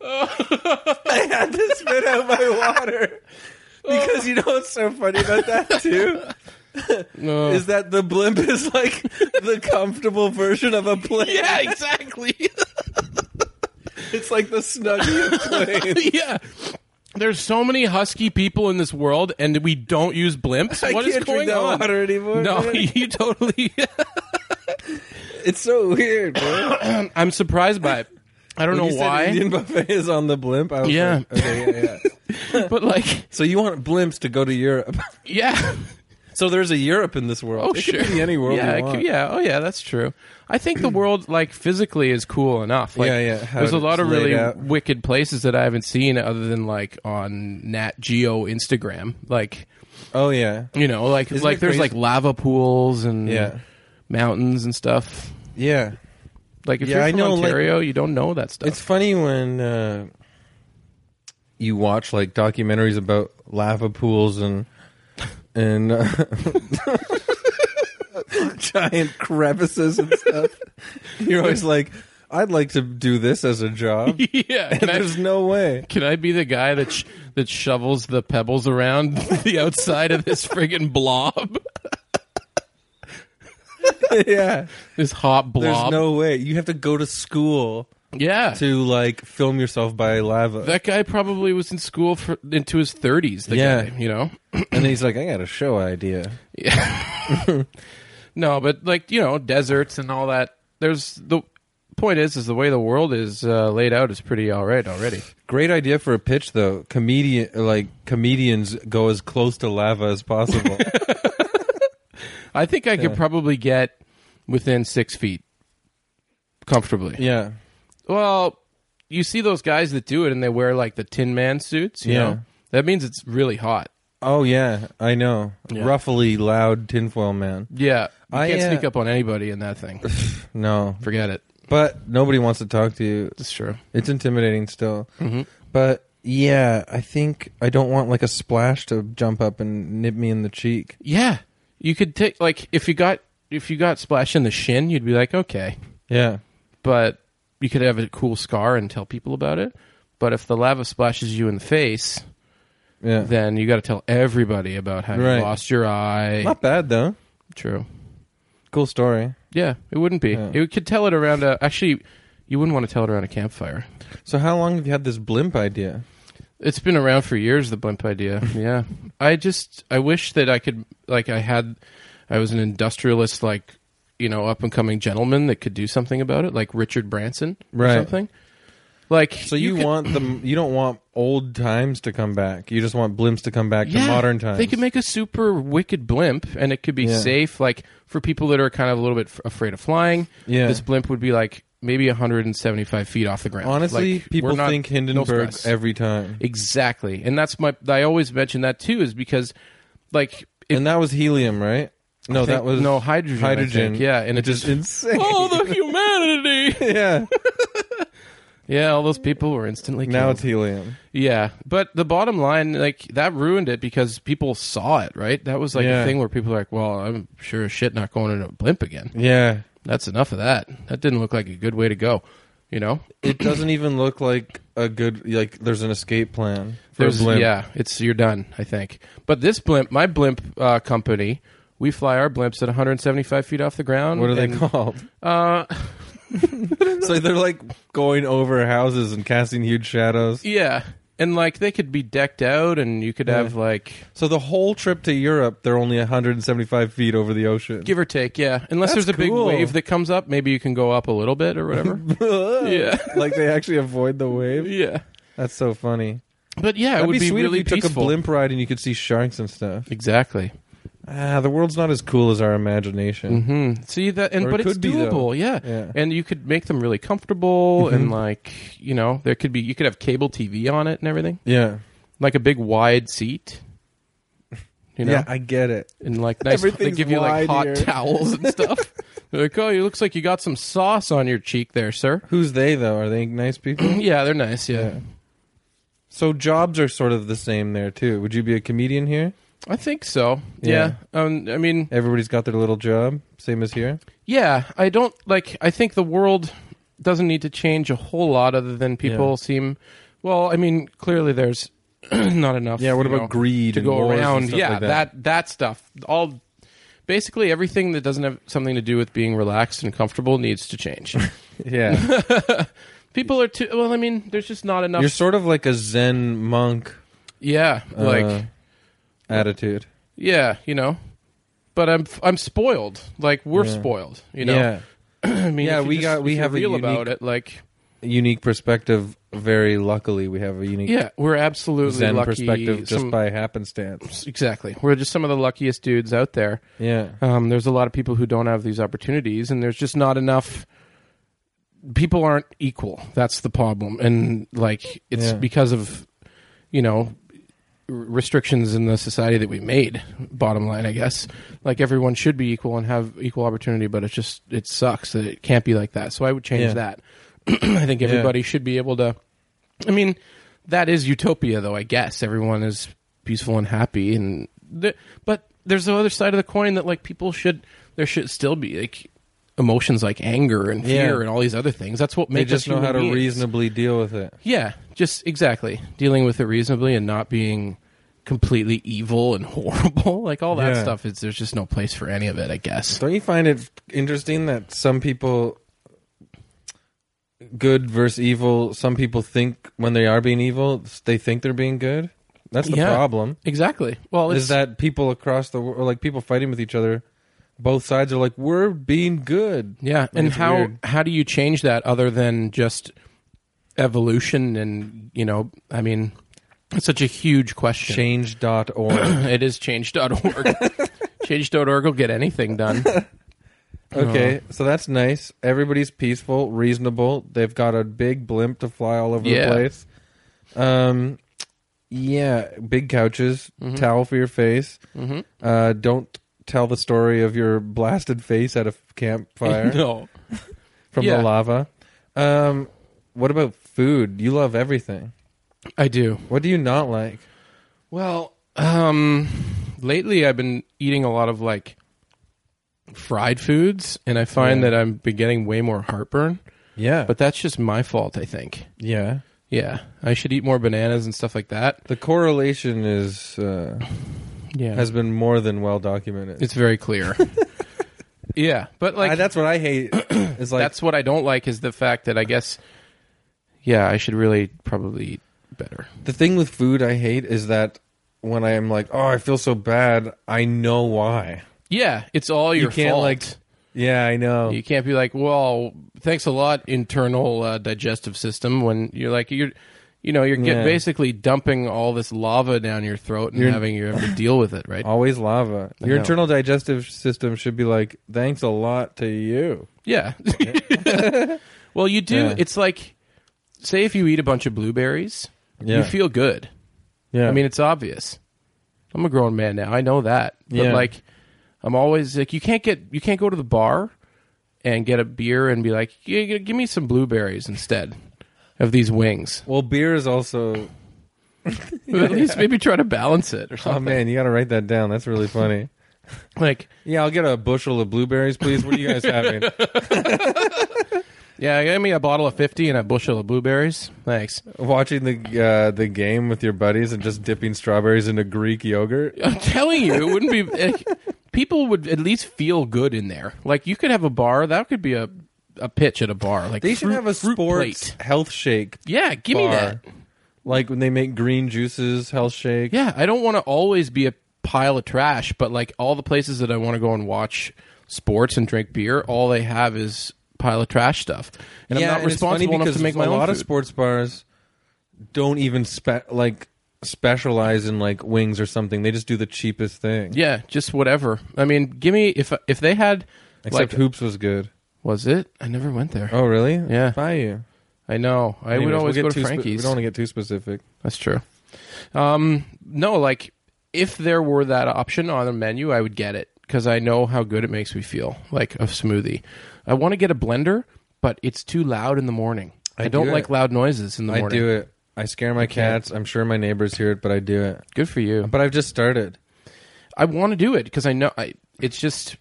Speaker 3: I had to spit out my water
Speaker 2: Oh.
Speaker 3: because you know what's so funny about that too
Speaker 2: No.
Speaker 3: is that the blimp is like the comfortable version of a plane.
Speaker 2: Yeah, exactly.
Speaker 3: It's like the snuggie of planes.
Speaker 2: yeah. There's so many husky people in this world, and we don't use blimps.
Speaker 3: I
Speaker 2: What is
Speaker 3: can't
Speaker 2: going
Speaker 3: drink that
Speaker 2: on?
Speaker 3: water anymore.
Speaker 2: no,
Speaker 3: man.
Speaker 2: you totally.
Speaker 3: it's so weird. Bro.
Speaker 2: I'm surprised by it. I don't
Speaker 3: When you
Speaker 2: know
Speaker 3: said
Speaker 2: why,
Speaker 3: Indian buffet is on the blimp. I was
Speaker 2: Yeah.
Speaker 3: like, okay, yeah, yeah.
Speaker 2: but like,
Speaker 3: So you want blimps to go to Europe?
Speaker 2: yeah,
Speaker 3: So there's a Europe in this world.
Speaker 2: Oh,
Speaker 3: It
Speaker 2: sure.
Speaker 3: Could be any world
Speaker 2: yeah,
Speaker 3: you
Speaker 2: it could-
Speaker 3: want.
Speaker 2: yeah. Oh, yeah. That's true. I think the world, like physically, is cool enough. Like,
Speaker 3: Yeah, yeah, how
Speaker 2: There's a
Speaker 3: it's
Speaker 2: lot of really
Speaker 3: laid out.
Speaker 2: wicked places that I haven't seen, other than like on Nat Geo Instagram. Like,
Speaker 3: Oh yeah.
Speaker 2: you know, like
Speaker 3: Isn't
Speaker 2: like
Speaker 3: it
Speaker 2: there's
Speaker 3: crazy-
Speaker 2: like lava pools and
Speaker 3: Yeah.
Speaker 2: mountains and stuff.
Speaker 3: Yeah.
Speaker 2: Like, if
Speaker 3: Yeah,
Speaker 2: you're
Speaker 3: I
Speaker 2: from
Speaker 3: know, like-
Speaker 2: Ontario, you don't know that stuff.
Speaker 3: It's funny when uh, you watch like documentaries about lava pools and and uh, giant crevices and stuff. You're always like, I'd like to do this as a job.
Speaker 2: yeah. Can I,
Speaker 3: There's no way.
Speaker 2: can I be the guy that sh- that shovels the pebbles around the outside of this friggin' blob?
Speaker 3: yeah.
Speaker 2: This hot blob.
Speaker 3: There's no way. You have to go to school
Speaker 2: yeah.
Speaker 3: to like film yourself by lava.
Speaker 2: that guy probably was in school for into his 30s the
Speaker 3: Yeah.
Speaker 2: guy you know
Speaker 3: and he's like, I got a show idea.
Speaker 2: no but like you know deserts and all that there's the point is is the way the world is uh, laid out is pretty all right already
Speaker 3: Great idea for a pitch, though. Comedian, like comedians, go as close to lava as possible.
Speaker 2: i think i could probably get within six feet comfortably
Speaker 3: yeah,
Speaker 2: well you see those guys that do it and they wear like the tin man suits you
Speaker 3: Yeah.
Speaker 2: know that means it's really hot
Speaker 3: Oh yeah, I know.
Speaker 2: Yeah.
Speaker 3: Ruffly, loud tinfoil man.
Speaker 2: yeah you
Speaker 3: I,
Speaker 2: can't
Speaker 3: uh,
Speaker 2: sneak up on anybody in that thing
Speaker 3: No,
Speaker 2: forget it
Speaker 3: but nobody wants to talk to you.
Speaker 2: it's true
Speaker 3: It's intimidating still. But yeah, I think I don't want like a splash to jump up and nip me in the cheek.
Speaker 2: yeah you could take like if you got if you got splash in the shin you'd be like okay
Speaker 3: Yeah,
Speaker 2: but you could have a cool scar and tell people about it. But if the lava splashes you in the face,
Speaker 3: yeah.
Speaker 2: then you got to tell everybody about how
Speaker 3: Right.
Speaker 2: you lost your eye.
Speaker 3: Not bad though.
Speaker 2: True.
Speaker 3: Cool story.
Speaker 2: Yeah, it wouldn't be.
Speaker 3: Yeah.
Speaker 2: It could tell it around a. Actually, you wouldn't want to tell it around a campfire.
Speaker 3: So how long have you had this blimp idea?
Speaker 2: It's been around for years. The blimp idea. Yeah, I just I wish that I could like I had. I was an industrialist, like you know, up and coming gentleman that could do something about it, like Richard Branson
Speaker 3: Right.
Speaker 2: or something. Like
Speaker 3: So you,
Speaker 2: could-
Speaker 3: want them? You don't want old times to come back. You just want blimps to come back to modern times.
Speaker 2: They could make a super wicked blimp, and it could be
Speaker 3: Yeah.
Speaker 2: safe. Like for people that are kind of a little bit f- afraid of flying,
Speaker 3: Yeah.
Speaker 2: this blimp would be like maybe 175 feet off the ground.
Speaker 3: Honestly,
Speaker 2: Like,
Speaker 3: people
Speaker 2: we're not-
Speaker 3: think
Speaker 2: no
Speaker 3: Hindenburg
Speaker 2: stress.
Speaker 3: every time,
Speaker 2: exactly, and that's my. I always mention that too, is because like. It,
Speaker 3: and that was helium, right? No,
Speaker 2: I think-
Speaker 3: that was
Speaker 2: no hydrogen. I
Speaker 3: hydrogen.
Speaker 2: think. yeah, and it just
Speaker 3: insane.
Speaker 2: oh the humanity.
Speaker 3: yeah.
Speaker 2: yeah, all those people were instantly killed.
Speaker 3: Now it's helium.
Speaker 2: Yeah, but the bottom line, like that ruined it because people saw it, right? That was like
Speaker 3: Yeah.
Speaker 2: a thing where people were like, "Well, I'm sure as shit not going in a blimp again."
Speaker 3: Yeah,
Speaker 2: That's enough of that. That didn't look like a good way to go, you know.
Speaker 3: it doesn't even look like a good like. There's an escape plan for
Speaker 2: There's
Speaker 3: a blimp.
Speaker 2: yeah, it's you're done, I think. But this blimp, my blimp uh, company, we fly our blimps at 175 feet off the ground.
Speaker 3: What are they
Speaker 2: and,
Speaker 3: called?
Speaker 2: Uh,
Speaker 3: so they're like going over houses and casting huge shadows.
Speaker 2: yeah, and like they could be decked out, and you could
Speaker 3: Yeah.
Speaker 2: have like
Speaker 3: So the whole trip to Europe, they're only 175 feet over the ocean.
Speaker 2: give or take, yeah. Unless
Speaker 3: That's
Speaker 2: there's a big
Speaker 3: cool.
Speaker 2: wave that comes up, maybe you can go up a little bit or whatever. yeah,
Speaker 3: like they actually avoid the wave.
Speaker 2: yeah.
Speaker 3: That's so funny.
Speaker 2: But yeah,
Speaker 3: That'd
Speaker 2: it would
Speaker 3: be
Speaker 2: be,
Speaker 3: sweet
Speaker 2: really
Speaker 3: if you
Speaker 2: peaceful.
Speaker 3: took a blimp ride and you could see sharks and stuff.
Speaker 2: Exactly.
Speaker 3: Ah, the world's not as cool as our imagination.
Speaker 2: hmm See that, and
Speaker 3: Or it
Speaker 2: but it's
Speaker 3: could be, though.
Speaker 2: doable. yeah.
Speaker 3: Yeah. Mm-hmm.
Speaker 2: and you could make them really comfortable, and like you know, there could be you could have cable TV on it and everything,
Speaker 3: Yeah.
Speaker 2: like a big wide seat. You know,
Speaker 3: Yeah, I get it.
Speaker 2: and like nice. They
Speaker 3: Everything's
Speaker 2: give you
Speaker 3: wide
Speaker 2: like hot
Speaker 3: here.
Speaker 2: towels and stuff. They're like, oh, it looks like you got some sauce on your cheek there, sir.
Speaker 3: Who's they though? Are they nice people?
Speaker 2: yeah, they're nice. Yeah.
Speaker 3: Yeah. So jobs are sort of the same there too. Would you be a comedian here?
Speaker 2: I think so.
Speaker 3: Yeah.
Speaker 2: yeah. Um, I mean,
Speaker 3: Everybody's got their little job, same as here.
Speaker 2: Yeah, I don't like. I think the world doesn't need to change a whole lot, other than people
Speaker 3: Yeah.
Speaker 2: seem. Well, I mean, clearly there's not enough.
Speaker 3: Yeah. What
Speaker 2: you
Speaker 3: about
Speaker 2: know,
Speaker 3: greed
Speaker 2: to
Speaker 3: and
Speaker 2: go
Speaker 3: wars and
Speaker 2: around?
Speaker 3: stuff
Speaker 2: Yeah,
Speaker 3: like that.
Speaker 2: that. that stuff. All basically everything that doesn't have something to do with being relaxed and comfortable needs to change.
Speaker 3: Yeah.
Speaker 2: people are too. Well, I mean, there's just not enough.
Speaker 3: You're sort of like a Zen monk,
Speaker 2: yeah,
Speaker 3: uh,
Speaker 2: like
Speaker 3: attitude.
Speaker 2: yeah, you know. But I'm I'm spoiled. Like we're
Speaker 3: Yeah.
Speaker 2: spoiled. You know.
Speaker 3: Yeah.
Speaker 2: I mean,
Speaker 3: Yeah,
Speaker 2: if you
Speaker 3: we
Speaker 2: just-
Speaker 3: got- we
Speaker 2: if you're
Speaker 3: have a
Speaker 2: real
Speaker 3: unique-
Speaker 2: about it. Like
Speaker 3: Unique perspective very luckily we have a unique
Speaker 2: Yeah, we're absolutely
Speaker 3: Zen
Speaker 2: lucky.
Speaker 3: perspective just
Speaker 2: some-
Speaker 3: by happenstance.
Speaker 2: exactly, we're just some of the luckiest dudes out there.
Speaker 3: Yeah.
Speaker 2: Um, there's a lot of people who don't have these opportunities, and there's just not enough. People aren't equal. That's the problem, and like it's
Speaker 3: Yeah.
Speaker 2: because of you know r- restrictions in the society that we made. Bottom line, I guess, like everyone should be equal and have equal opportunity, but it's just it sucks that it can't be like that. So I would change
Speaker 3: Yeah.
Speaker 2: that. I think everybody should be able to. I mean, that is utopia, though. I guess everyone is peaceful and happy, and th- but there's the other side of the coin that like people should there should still be like emotions like anger and fear
Speaker 3: Yeah.
Speaker 2: and all these other things. That's what
Speaker 3: They
Speaker 2: makes us
Speaker 3: just know
Speaker 2: human
Speaker 3: how to
Speaker 2: beings.
Speaker 3: reasonably deal with it.
Speaker 2: Yeah, just exactly dealing with it reasonably and not being completely evil and horrible. Like all that
Speaker 3: Yeah.
Speaker 2: stuff is there's just no place for any of it. I guess.
Speaker 3: Don't you find it interesting that some people good versus evil, some people think when they are being evil, they think they're being good? That's the
Speaker 2: Yeah.
Speaker 3: problem.
Speaker 2: Exactly. Well, it's,
Speaker 3: is that people across the world, like people fighting with each other, both sides are like, we're being good.
Speaker 2: Yeah, and
Speaker 3: it's
Speaker 2: how
Speaker 3: weird.
Speaker 2: how do you change that other than just evolution and you know, I mean, it's such a huge question.
Speaker 3: Change.org.
Speaker 2: It is change.org. change.org will get anything done.
Speaker 3: okay,
Speaker 2: Uh-huh.
Speaker 3: so that's nice. Everybody's peaceful, reasonable. They've got a big blimp to fly all over
Speaker 2: Yeah.
Speaker 3: the place. Um, yeah, big couches,
Speaker 2: Mm-hmm.
Speaker 3: towel for your face.
Speaker 2: Mhm.
Speaker 3: Uh, don't tell the story of your blasted face at a f- campfire
Speaker 2: no.
Speaker 3: from
Speaker 2: Yeah.
Speaker 3: the lava. Um, what about food? You love everything.
Speaker 2: I do.
Speaker 3: What do you not like?
Speaker 2: Well, um lately I've been eating a lot of like fried foods and I find
Speaker 3: Yeah.
Speaker 2: that I'm been getting way more heartburn,
Speaker 3: Yeah,
Speaker 2: but that's just my fault, I think.
Speaker 3: yeah.
Speaker 2: Yeah, I should eat more bananas and stuff like that.
Speaker 3: The correlation is uh,
Speaker 2: Yeah.
Speaker 3: has been more than well documented.
Speaker 2: It's very clear. yeah, but like
Speaker 3: I-
Speaker 2: that's,
Speaker 3: that's what I hate. Is like
Speaker 2: what I don't like is the fact that I guess yeah, I should really probably eat better.
Speaker 3: The thing with food I hate is that when I am like, oh, I feel so bad, I know why.
Speaker 2: Yeah, it's all your
Speaker 3: can't,
Speaker 2: fault.
Speaker 3: like- oh. Yeah, I know.
Speaker 2: you can't be like, "Well, thanks a lot internal uh, digestive system" when you're like you're you know, you're get,
Speaker 3: Yeah.
Speaker 2: basically dumping all this lava down your throat and
Speaker 3: You're-
Speaker 2: having you have to deal with it, right?
Speaker 3: Always lava. Your
Speaker 2: know.
Speaker 3: internal digestive system should be like, thanks a lot to you.
Speaker 2: Yeah. well, you do.
Speaker 3: Yeah.
Speaker 2: It's like say if you eat a bunch of blueberries,
Speaker 3: Yeah.
Speaker 2: you feel good.
Speaker 3: Yeah.
Speaker 2: I mean, it's obvious. I'm a grown man now. I know that. But
Speaker 3: Yeah.
Speaker 2: like, I'm always like, you can't get, you can't go to the bar and get a beer and be like, "Yeah, g- give me some blueberries instead of these wings.
Speaker 3: well, beer is also.
Speaker 2: At least maybe try to balance it or
Speaker 3: Oh,
Speaker 2: something.
Speaker 3: man, you got to write that down. That's really funny.
Speaker 2: Like,
Speaker 3: yeah, I'll get a bushel of blueberries, please. What are you guys having?
Speaker 2: yeah, give me a bottle of 50 and a bushel of blueberries. Thanks.
Speaker 3: Watching the uh, the game with your buddies and just dipping strawberries into Greek yogurt.
Speaker 2: I'm telling you, it wouldn't be. like, people would at least feel good in there. Like, you could have a bar. That could be a, a pitch at a bar. Like,
Speaker 3: They should
Speaker 2: fruit-
Speaker 3: have a
Speaker 2: fruit
Speaker 3: sports
Speaker 2: plate.
Speaker 3: health shake
Speaker 2: Yeah, give me that.
Speaker 3: bar. Like when they make green juices, health shake.
Speaker 2: Yeah, I don't want to always be a pile of trash, but like all the places that I want to go and watch sports and drink beer, all they have is pile of trash stuff, and I'm not
Speaker 3: and it's funny
Speaker 2: responsible enough to
Speaker 3: because
Speaker 2: make my
Speaker 3: a
Speaker 2: own
Speaker 3: lot
Speaker 2: food.
Speaker 3: of sports bars don't even spe- like specialize in like wings or something. They just do the cheapest thing.
Speaker 2: yeah, just whatever. I mean, give me if if they had
Speaker 3: Except
Speaker 2: like
Speaker 3: hoops was good.
Speaker 2: was it? I never went there.
Speaker 3: Oh really?
Speaker 2: Yeah.
Speaker 3: Buy you.
Speaker 2: I know. I
Speaker 3: Anyways,
Speaker 2: would
Speaker 3: we'll
Speaker 2: always
Speaker 3: get
Speaker 2: go to
Speaker 3: too spe- we
Speaker 2: Frankie's.
Speaker 3: don't want to get too specific.
Speaker 2: That's true. Um, no, like if there were that option on the menu, I would get it because I know how good it makes me feel, like a smoothie. I want to get a blender, but it's too loud in the morning. I,
Speaker 3: do
Speaker 2: don't
Speaker 3: it.
Speaker 2: like loud noises in the
Speaker 3: I
Speaker 2: morning.
Speaker 3: do it. I scare my
Speaker 2: can't.
Speaker 3: cats. I'm sure my neighbors hear it, but I do it.
Speaker 2: Good for you.
Speaker 3: But I've just started.
Speaker 2: I want to do it because I know I. It's just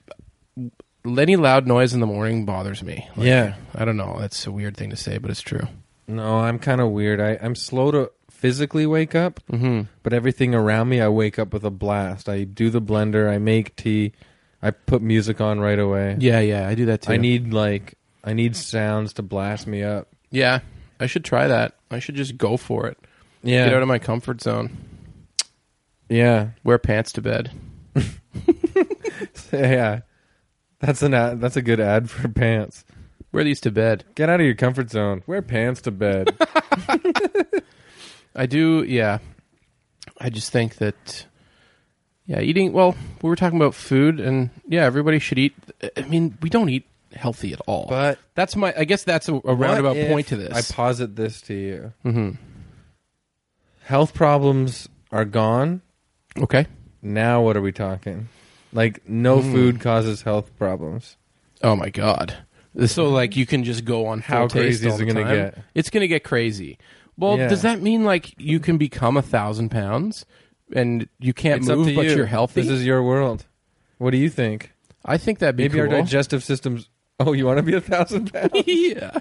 Speaker 2: any loud noise in the morning bothers me. Like,
Speaker 3: Yeah.
Speaker 2: I don't know. That's a weird thing to say, but it's true.
Speaker 3: No, I'm kind of weird. I, I'm slow to physically wake up,
Speaker 2: Mm-hmm.
Speaker 3: but everything around me, I wake up with a blast. I do the blender. I make tea. I put music on right away.
Speaker 2: Yeah, yeah, I do that too.
Speaker 3: I need like I need sounds to blast me up.
Speaker 2: Yeah, I should try that. I should just go for it.
Speaker 3: Yeah.
Speaker 2: Get out of my comfort zone.
Speaker 3: yeah.
Speaker 2: Wear pants to bed.
Speaker 3: yeah. That's an ad, that's a good ad for pants.
Speaker 2: Wear these to bed.
Speaker 3: Get out of your comfort zone. Wear pants to bed.
Speaker 2: I do, yeah. I just think that, yeah, eating. Well, we were talking about food, and yeah, everybody should eat. I mean, we don't eat healthy at all.
Speaker 3: But
Speaker 2: that's my. I guess that's a, a roundabout
Speaker 3: What if
Speaker 2: point to
Speaker 3: I
Speaker 2: this.
Speaker 3: posit this to you.
Speaker 2: hmm
Speaker 3: Health problems are gone.
Speaker 2: Okay.
Speaker 3: Now what are we talking? Like no
Speaker 2: Hmm.
Speaker 3: food causes health problems.
Speaker 2: Oh my god. So like you can just go on full
Speaker 3: How
Speaker 2: taste
Speaker 3: crazy
Speaker 2: all
Speaker 3: is it
Speaker 2: the
Speaker 3: gonna
Speaker 2: time?
Speaker 3: get?
Speaker 2: It's gonna get crazy. Well,
Speaker 3: Yeah.
Speaker 2: does that mean like you can become a thousand pounds and you can't
Speaker 3: It's up
Speaker 2: move,
Speaker 3: to
Speaker 2: but
Speaker 3: you.
Speaker 2: are healthy?
Speaker 3: This is your world. What do you think?
Speaker 2: I think that'd be
Speaker 3: Maybe our
Speaker 2: cool.
Speaker 3: digestive systems. Oh, you want to be a thousand pounds?
Speaker 2: yeah,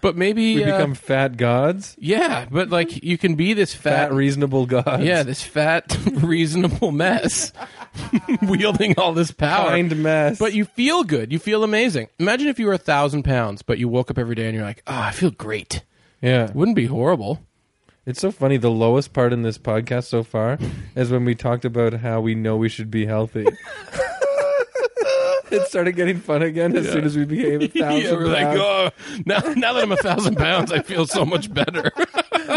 Speaker 2: but maybe
Speaker 3: We
Speaker 2: uh,
Speaker 3: become fat gods,
Speaker 2: yeah, but like you can be this
Speaker 3: fat,
Speaker 2: fat,
Speaker 3: reasonable gods.
Speaker 2: yeah, this fat reasonable mess wielding all this power.
Speaker 3: kind mess.
Speaker 2: But you feel good. You feel amazing. Imagine if you were a thousand pounds, but you woke up every day and you're like, "Ah, I feel great."
Speaker 3: yeah,
Speaker 2: Wouldn't be horrible.
Speaker 3: it's so funny. The lowest part in this podcast so far is when we talked about how we know we should be healthy. it started getting fun again as soon as we became a thousand
Speaker 2: yeah, we're like,
Speaker 3: pounds.
Speaker 2: oh, now, now that I'm a thousand pounds, I feel so much better.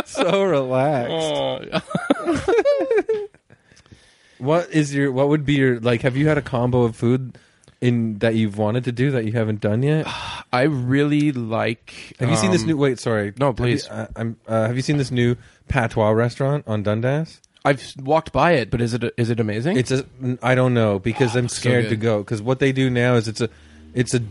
Speaker 3: So relaxed.
Speaker 2: Oh.
Speaker 3: What is your? What would be your like? Have you had a combo of food in that you've wanted to do that you haven't done yet?
Speaker 2: I really like.
Speaker 3: Have you seen this
Speaker 2: um,
Speaker 3: new? Wait, sorry.
Speaker 2: no,
Speaker 3: Have you-
Speaker 2: please.
Speaker 3: uh, I'm. Uh, have you seen this new patois restaurant on Dundas?
Speaker 2: I've s- walked by it, but is it is it amazing?
Speaker 3: It's a. I don't know because I'm
Speaker 2: so
Speaker 3: scared to
Speaker 2: good.
Speaker 3: go because what they do now is it's a. It's a.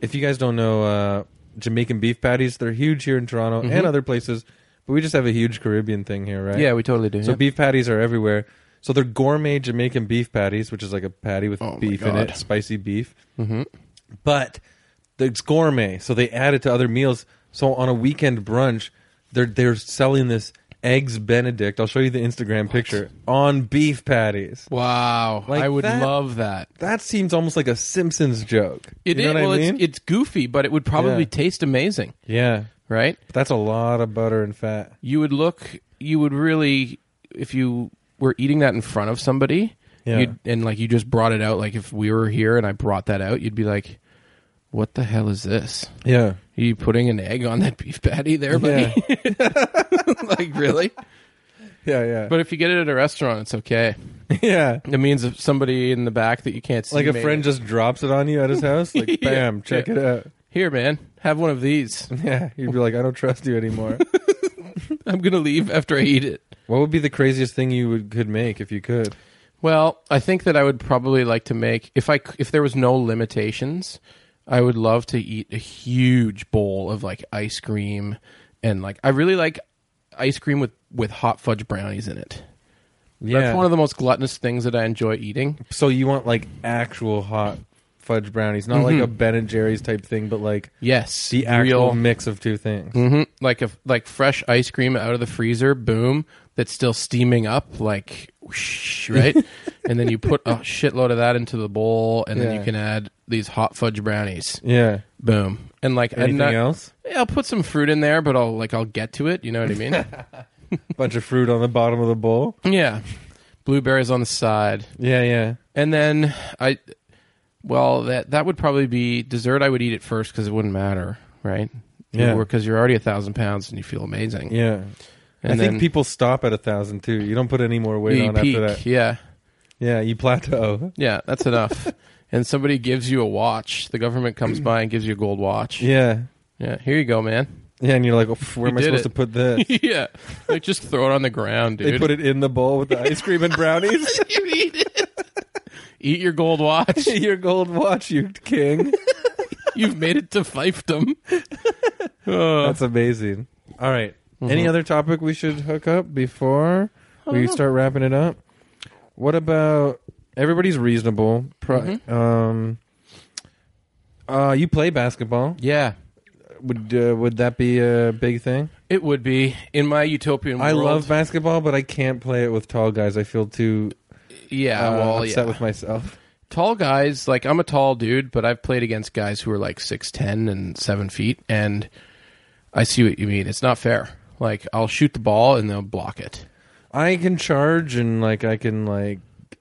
Speaker 3: If you guys don't know uh, Jamaican beef patties, they're huge here in Toronto and other places, but we just have a huge Caribbean thing here, right?
Speaker 2: Mm-hmm. yeah, we totally do.
Speaker 3: So
Speaker 2: yeah.
Speaker 3: beef patties are everywhere. So they're gourmet Jamaican beef patties, which is like a patty with
Speaker 2: Oh my
Speaker 3: beef in it,
Speaker 2: God.
Speaker 3: spicy beef. Mm-hmm. But it's gourmet, so they add it to other meals. So on a weekend brunch, they're they're selling this eggs Benedict. I'll show you the Instagram picture on beef patties.
Speaker 2: wow,
Speaker 3: Like
Speaker 2: I would
Speaker 3: that-
Speaker 2: love that.
Speaker 3: That seems almost like a Simpsons joke.
Speaker 2: It
Speaker 3: you
Speaker 2: is-
Speaker 3: know what
Speaker 2: well,
Speaker 3: I mean?
Speaker 2: it's it's goofy, but it would probably
Speaker 3: Yeah.
Speaker 2: taste amazing,
Speaker 3: yeah,
Speaker 2: right?
Speaker 3: but that's a lot of butter and fat.
Speaker 2: You would look. You would really, if you were eating that in front of somebody,
Speaker 3: Yeah.
Speaker 2: you'd, and like you just brought it out. Like if we were here and I brought that out, you'd be like, "What the hell is this?"
Speaker 3: Yeah,
Speaker 2: Are you putting an egg on that beef patty there, buddy? like really?
Speaker 3: yeah, yeah,
Speaker 2: But if you get it at a restaurant, it's okay.
Speaker 3: yeah.
Speaker 2: It means if somebody in the back that you can't see.
Speaker 3: Like a
Speaker 2: made
Speaker 3: friend
Speaker 2: it.
Speaker 3: just drops it on you at his house, like
Speaker 2: Yeah,
Speaker 3: bam, check
Speaker 2: yeah.
Speaker 3: it out.
Speaker 2: Here, man, have one of these.
Speaker 3: Yeah, you'd be like, I don't trust you anymore.
Speaker 2: I'm gonna leave after I eat it.
Speaker 3: what would be the craziest thing you would, could make if you could?
Speaker 2: Well, I think that I would probably like to make if I c- if there was no limitations, I would love to eat a huge bowl of like ice cream and like I really like ice cream with with hot fudge brownies in it. That's one of the most gluttonous things that I enjoy eating.
Speaker 3: so you want like actual hot fudge brownies, not like a Ben and Jerry's type thing, but like
Speaker 2: Yes,
Speaker 3: the actual mix of two things.
Speaker 2: hmm like a like fresh ice cream out of the freezer, boom, that's still steaming up, like whoosh, right, and then you put a shitload of that into the bowl, and then
Speaker 3: Yeah.
Speaker 2: you can add these hot fudge brownies,
Speaker 3: Yeah.
Speaker 2: boom, and like
Speaker 3: Anything
Speaker 2: I'm not,
Speaker 3: else?
Speaker 2: Yeah, I'll put some fruit in there, but I'll like I'll get to it. You know what I mean?
Speaker 3: Bunch of fruit on the bottom of the bowl.
Speaker 2: yeah, blueberries on the side,
Speaker 3: Yeah, yeah.
Speaker 2: and then I, well, that that would probably be dessert. I would eat it first because it wouldn't matter, right?
Speaker 3: Yeah.
Speaker 2: because you're already a thousand pounds and you feel amazing.
Speaker 3: Yeah.
Speaker 2: And
Speaker 3: I
Speaker 2: then-
Speaker 3: think people stop at a thousand too. You don't put any more weight
Speaker 2: you
Speaker 3: on
Speaker 2: peak.
Speaker 3: after that.
Speaker 2: Yeah,
Speaker 3: Yeah, you plateau.
Speaker 2: yeah, that's enough. and somebody gives you a watch. The government comes by and gives you a gold watch.
Speaker 3: Yeah.
Speaker 2: Yeah, here you go, man.
Speaker 3: Yeah, and you're like, "Oof, where am
Speaker 2: You
Speaker 3: I
Speaker 2: did
Speaker 3: supposed
Speaker 2: it.
Speaker 3: to put this?
Speaker 2: yeah, like just throw it on the ground, dude.
Speaker 3: They put it in the bowl with the ice cream and brownies.
Speaker 2: You eat it. Eat your gold watch.
Speaker 3: your gold watch, you king.
Speaker 2: You've made it to fiefdom. Uh,
Speaker 3: That's amazing. All right. Any other topic we should hook up before we start wrapping it up? What about everybody's reasonable? Pro- Um, uh, you play basketball.
Speaker 2: yeah,
Speaker 3: Would uh, would that be a big thing?
Speaker 2: it would be in my utopian world.
Speaker 3: I love basketball, but I can't play it with tall guys. I feel too uh,
Speaker 2: Yeah, well,
Speaker 3: upset
Speaker 2: yeah.
Speaker 3: with myself.
Speaker 2: tall guys. Like I'm a tall dude, but I've played against guys who are like six ten and seven feet, and I see what you mean. It's not fair. Like I'll shoot the ball and they'll block it.
Speaker 3: I can charge and like I can like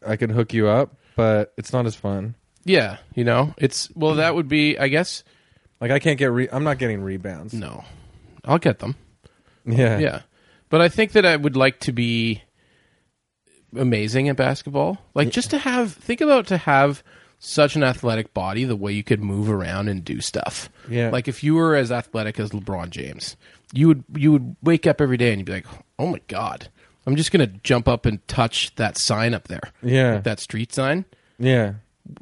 Speaker 3: I can hook you up, but it's not as fun.
Speaker 2: Yeah, you know, it's well that would be I guess
Speaker 3: Like I can't get re- I'm not getting rebounds.
Speaker 2: No, I'll get them.
Speaker 3: Yeah.
Speaker 2: Yeah, but I think that I would like to be amazing at basketball. Like just to have think about to have such an athletic body, the way you could move around and do stuff.
Speaker 3: Yeah.
Speaker 2: like if you were as athletic as LeBron James, you would you would wake up every day and you'd be like, oh my god, I'm just gonna jump up and touch that sign up there,
Speaker 3: Yeah.
Speaker 2: that street sign.
Speaker 3: yeah.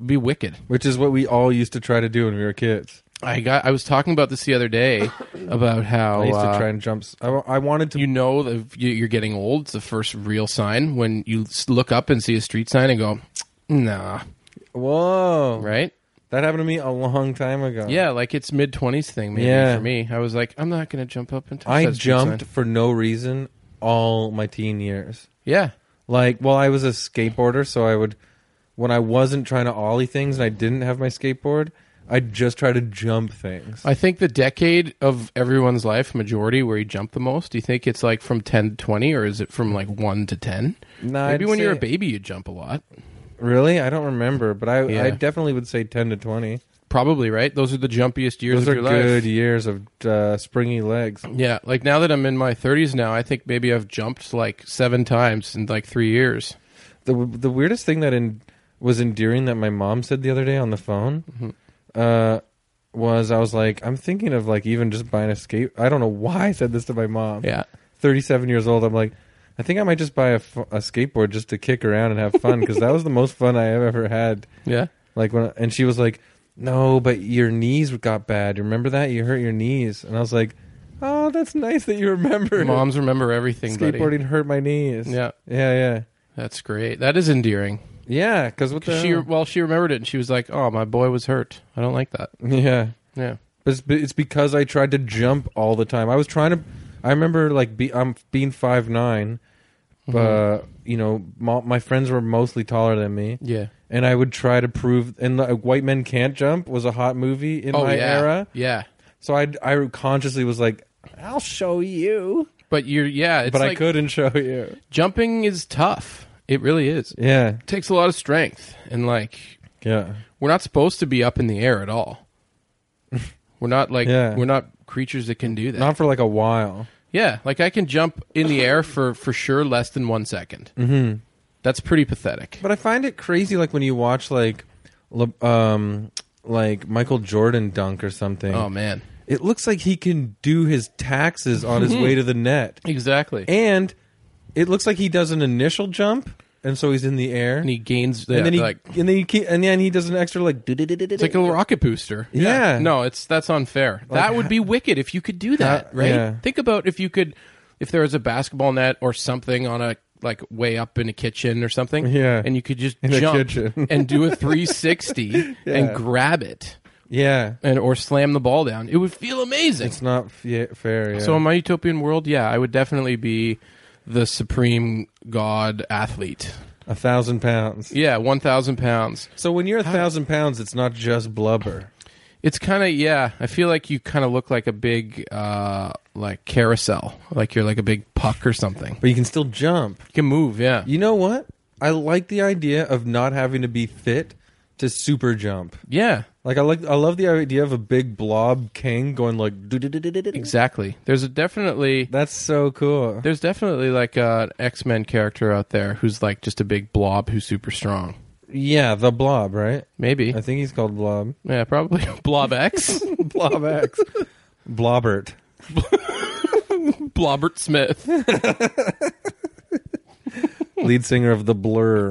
Speaker 2: Be wicked.
Speaker 3: Which is what we all used to try to do when we were kids.
Speaker 2: I got. I was talking about this the other day about how
Speaker 3: I used
Speaker 2: uh,
Speaker 3: to try and jump. s- I, wa- I wanted to.
Speaker 2: you know that you- you're getting old. It's the first real sign when you s- look up and see a street sign and go, nah,
Speaker 3: whoa!
Speaker 2: right?
Speaker 3: That happened to me a long time ago.
Speaker 2: Yeah, like it's mid twenties thing. Maybe
Speaker 3: Yeah.
Speaker 2: for me, I was like, I'm not gonna jump up and touch
Speaker 3: I
Speaker 2: that street sign."
Speaker 3: jumped for no reason all my teen years.
Speaker 2: Yeah,
Speaker 3: Like, well, I was a skateboarder, so I would, when I wasn't trying to ollie things and I didn't have my skateboard, I'd just try to jump things.
Speaker 2: I think the decade of everyone's life, majority where you jump the most. Do you think it's like from ten to twenty, or is it from like one to ten?
Speaker 3: No,
Speaker 2: Maybe
Speaker 3: I'd
Speaker 2: when you're a
Speaker 3: say-
Speaker 2: baby, you jump a lot.
Speaker 3: Really, I don't remember, but I,
Speaker 2: Yeah.
Speaker 3: I definitely would say ten to twenty.
Speaker 2: Probably right. Those are the jumpiest years
Speaker 3: Those
Speaker 2: of
Speaker 3: are
Speaker 2: your
Speaker 3: good
Speaker 2: life.
Speaker 3: years of uh, springy legs.
Speaker 2: Yeah, like now that I'm in my 30s now, I think maybe I've jumped like seven times in like three years.
Speaker 3: The the weirdest thing that in, was endearing that my mom said the other day on the phone
Speaker 2: Mm-hmm.
Speaker 3: uh, was I was like, I'm thinking of like even just buying a skate. I don't know why I said this to my mom.
Speaker 2: Yeah.
Speaker 3: 37 years old, I'm like, I think I might just buy a, f- a skateboard just to kick around and have fun because that was the most fun I have ever had.
Speaker 2: Yeah.
Speaker 3: Like when, and she was like, "No, but your knees got bad. You Remember that you hurt your knees?" And I was like, "Oh, that's nice that you remember."
Speaker 2: Moms remember everything, buddy.
Speaker 3: skateboarding hurt my knees.
Speaker 2: Yeah,
Speaker 3: yeah, yeah,
Speaker 2: that's great. That is endearing.
Speaker 3: yeah. Because what
Speaker 2: 'Cause
Speaker 3: the
Speaker 2: She
Speaker 3: hell?
Speaker 2: well, she remembered it, and she was like, "Oh, my boy was hurt. I don't like that."
Speaker 3: yeah,
Speaker 2: Yeah.
Speaker 3: but it's, but it's because I tried to jump all the time. I was trying to. I remember like be, I'm being five nine,
Speaker 2: Mm-hmm.
Speaker 3: but you know mo- my friends were mostly taller than me.
Speaker 2: Yeah.
Speaker 3: and I would try to prove. And like, White Men Can't Jump was a hot movie in
Speaker 2: oh
Speaker 3: my
Speaker 2: yeah.
Speaker 3: era,
Speaker 2: Yeah.
Speaker 3: so I I consciously was like, "I'll show you,"
Speaker 2: But you're yeah. It's
Speaker 3: but I
Speaker 2: like
Speaker 3: couldn't show you.
Speaker 2: jumping is tough. It really is. It
Speaker 3: Yeah,
Speaker 2: takes a lot of strength, and like
Speaker 3: yeah,
Speaker 2: we're not supposed to be up in the air at all. We're not like
Speaker 3: Yeah.
Speaker 2: we're not creatures that can do that.
Speaker 3: not for like a while.
Speaker 2: Yeah, like I can jump in the air for for sure less than one Mm-hmm. That's pretty pathetic.
Speaker 3: But I find it crazy, like when you watch like, Le- um, like Michael Jordan dunk or something.
Speaker 2: Oh man,
Speaker 3: It looks like he can do his taxes on his
Speaker 2: Hmm.
Speaker 3: way to the net,
Speaker 2: exactly. And,
Speaker 3: and it looks like he does an initial jump, and so he's in the air.
Speaker 2: he gains
Speaker 3: and then he
Speaker 2: like
Speaker 3: and then he ke- and then he does an extra like
Speaker 2: it's like a rocket booster.
Speaker 3: Yeah.
Speaker 2: No, it's that's unfair. that would be wicked if you could do that,
Speaker 3: How-
Speaker 2: right?
Speaker 3: yeah.
Speaker 2: Think about if you could, if there was a basketball net or something on a like way up in a kitchen or something.
Speaker 3: Yeah.
Speaker 2: And you could just
Speaker 3: the
Speaker 2: jump
Speaker 3: kitchen.
Speaker 2: and do a three sixty and grab it
Speaker 3: yeah
Speaker 2: and or slam the ball down. It would feel amazing.
Speaker 3: It's not f- fair. Yeah.
Speaker 2: So in my utopian world, yeah, I would definitely be the supreme god athlete.
Speaker 3: a thousand pounds.
Speaker 2: Yeah, one thousand pounds.
Speaker 3: So when you're a thousand pounds, it's not just blubber.
Speaker 2: It's kind of yeah. I feel like you kind of look like a big uh, like carousel, like you're like a big puck or something.
Speaker 3: But you can still jump.
Speaker 2: You can move, yeah,
Speaker 3: You know what? I like the idea of not having to be fit to super jump.
Speaker 2: yeah,
Speaker 3: Like I like I love the idea of a big blob king going like do do do do do.
Speaker 2: exactly. There's a definitely
Speaker 3: That's so cool.
Speaker 2: there's definitely like a X Men character out there who's like just a big blob who's super strong.
Speaker 3: Yeah, the blob, right?
Speaker 2: Maybe,
Speaker 3: I think he's called Blob.
Speaker 2: yeah, probably Blob X,
Speaker 3: Blob X. Blobbert.
Speaker 2: Blobbert Smith. Hmm.
Speaker 3: Lead singer of the Blur.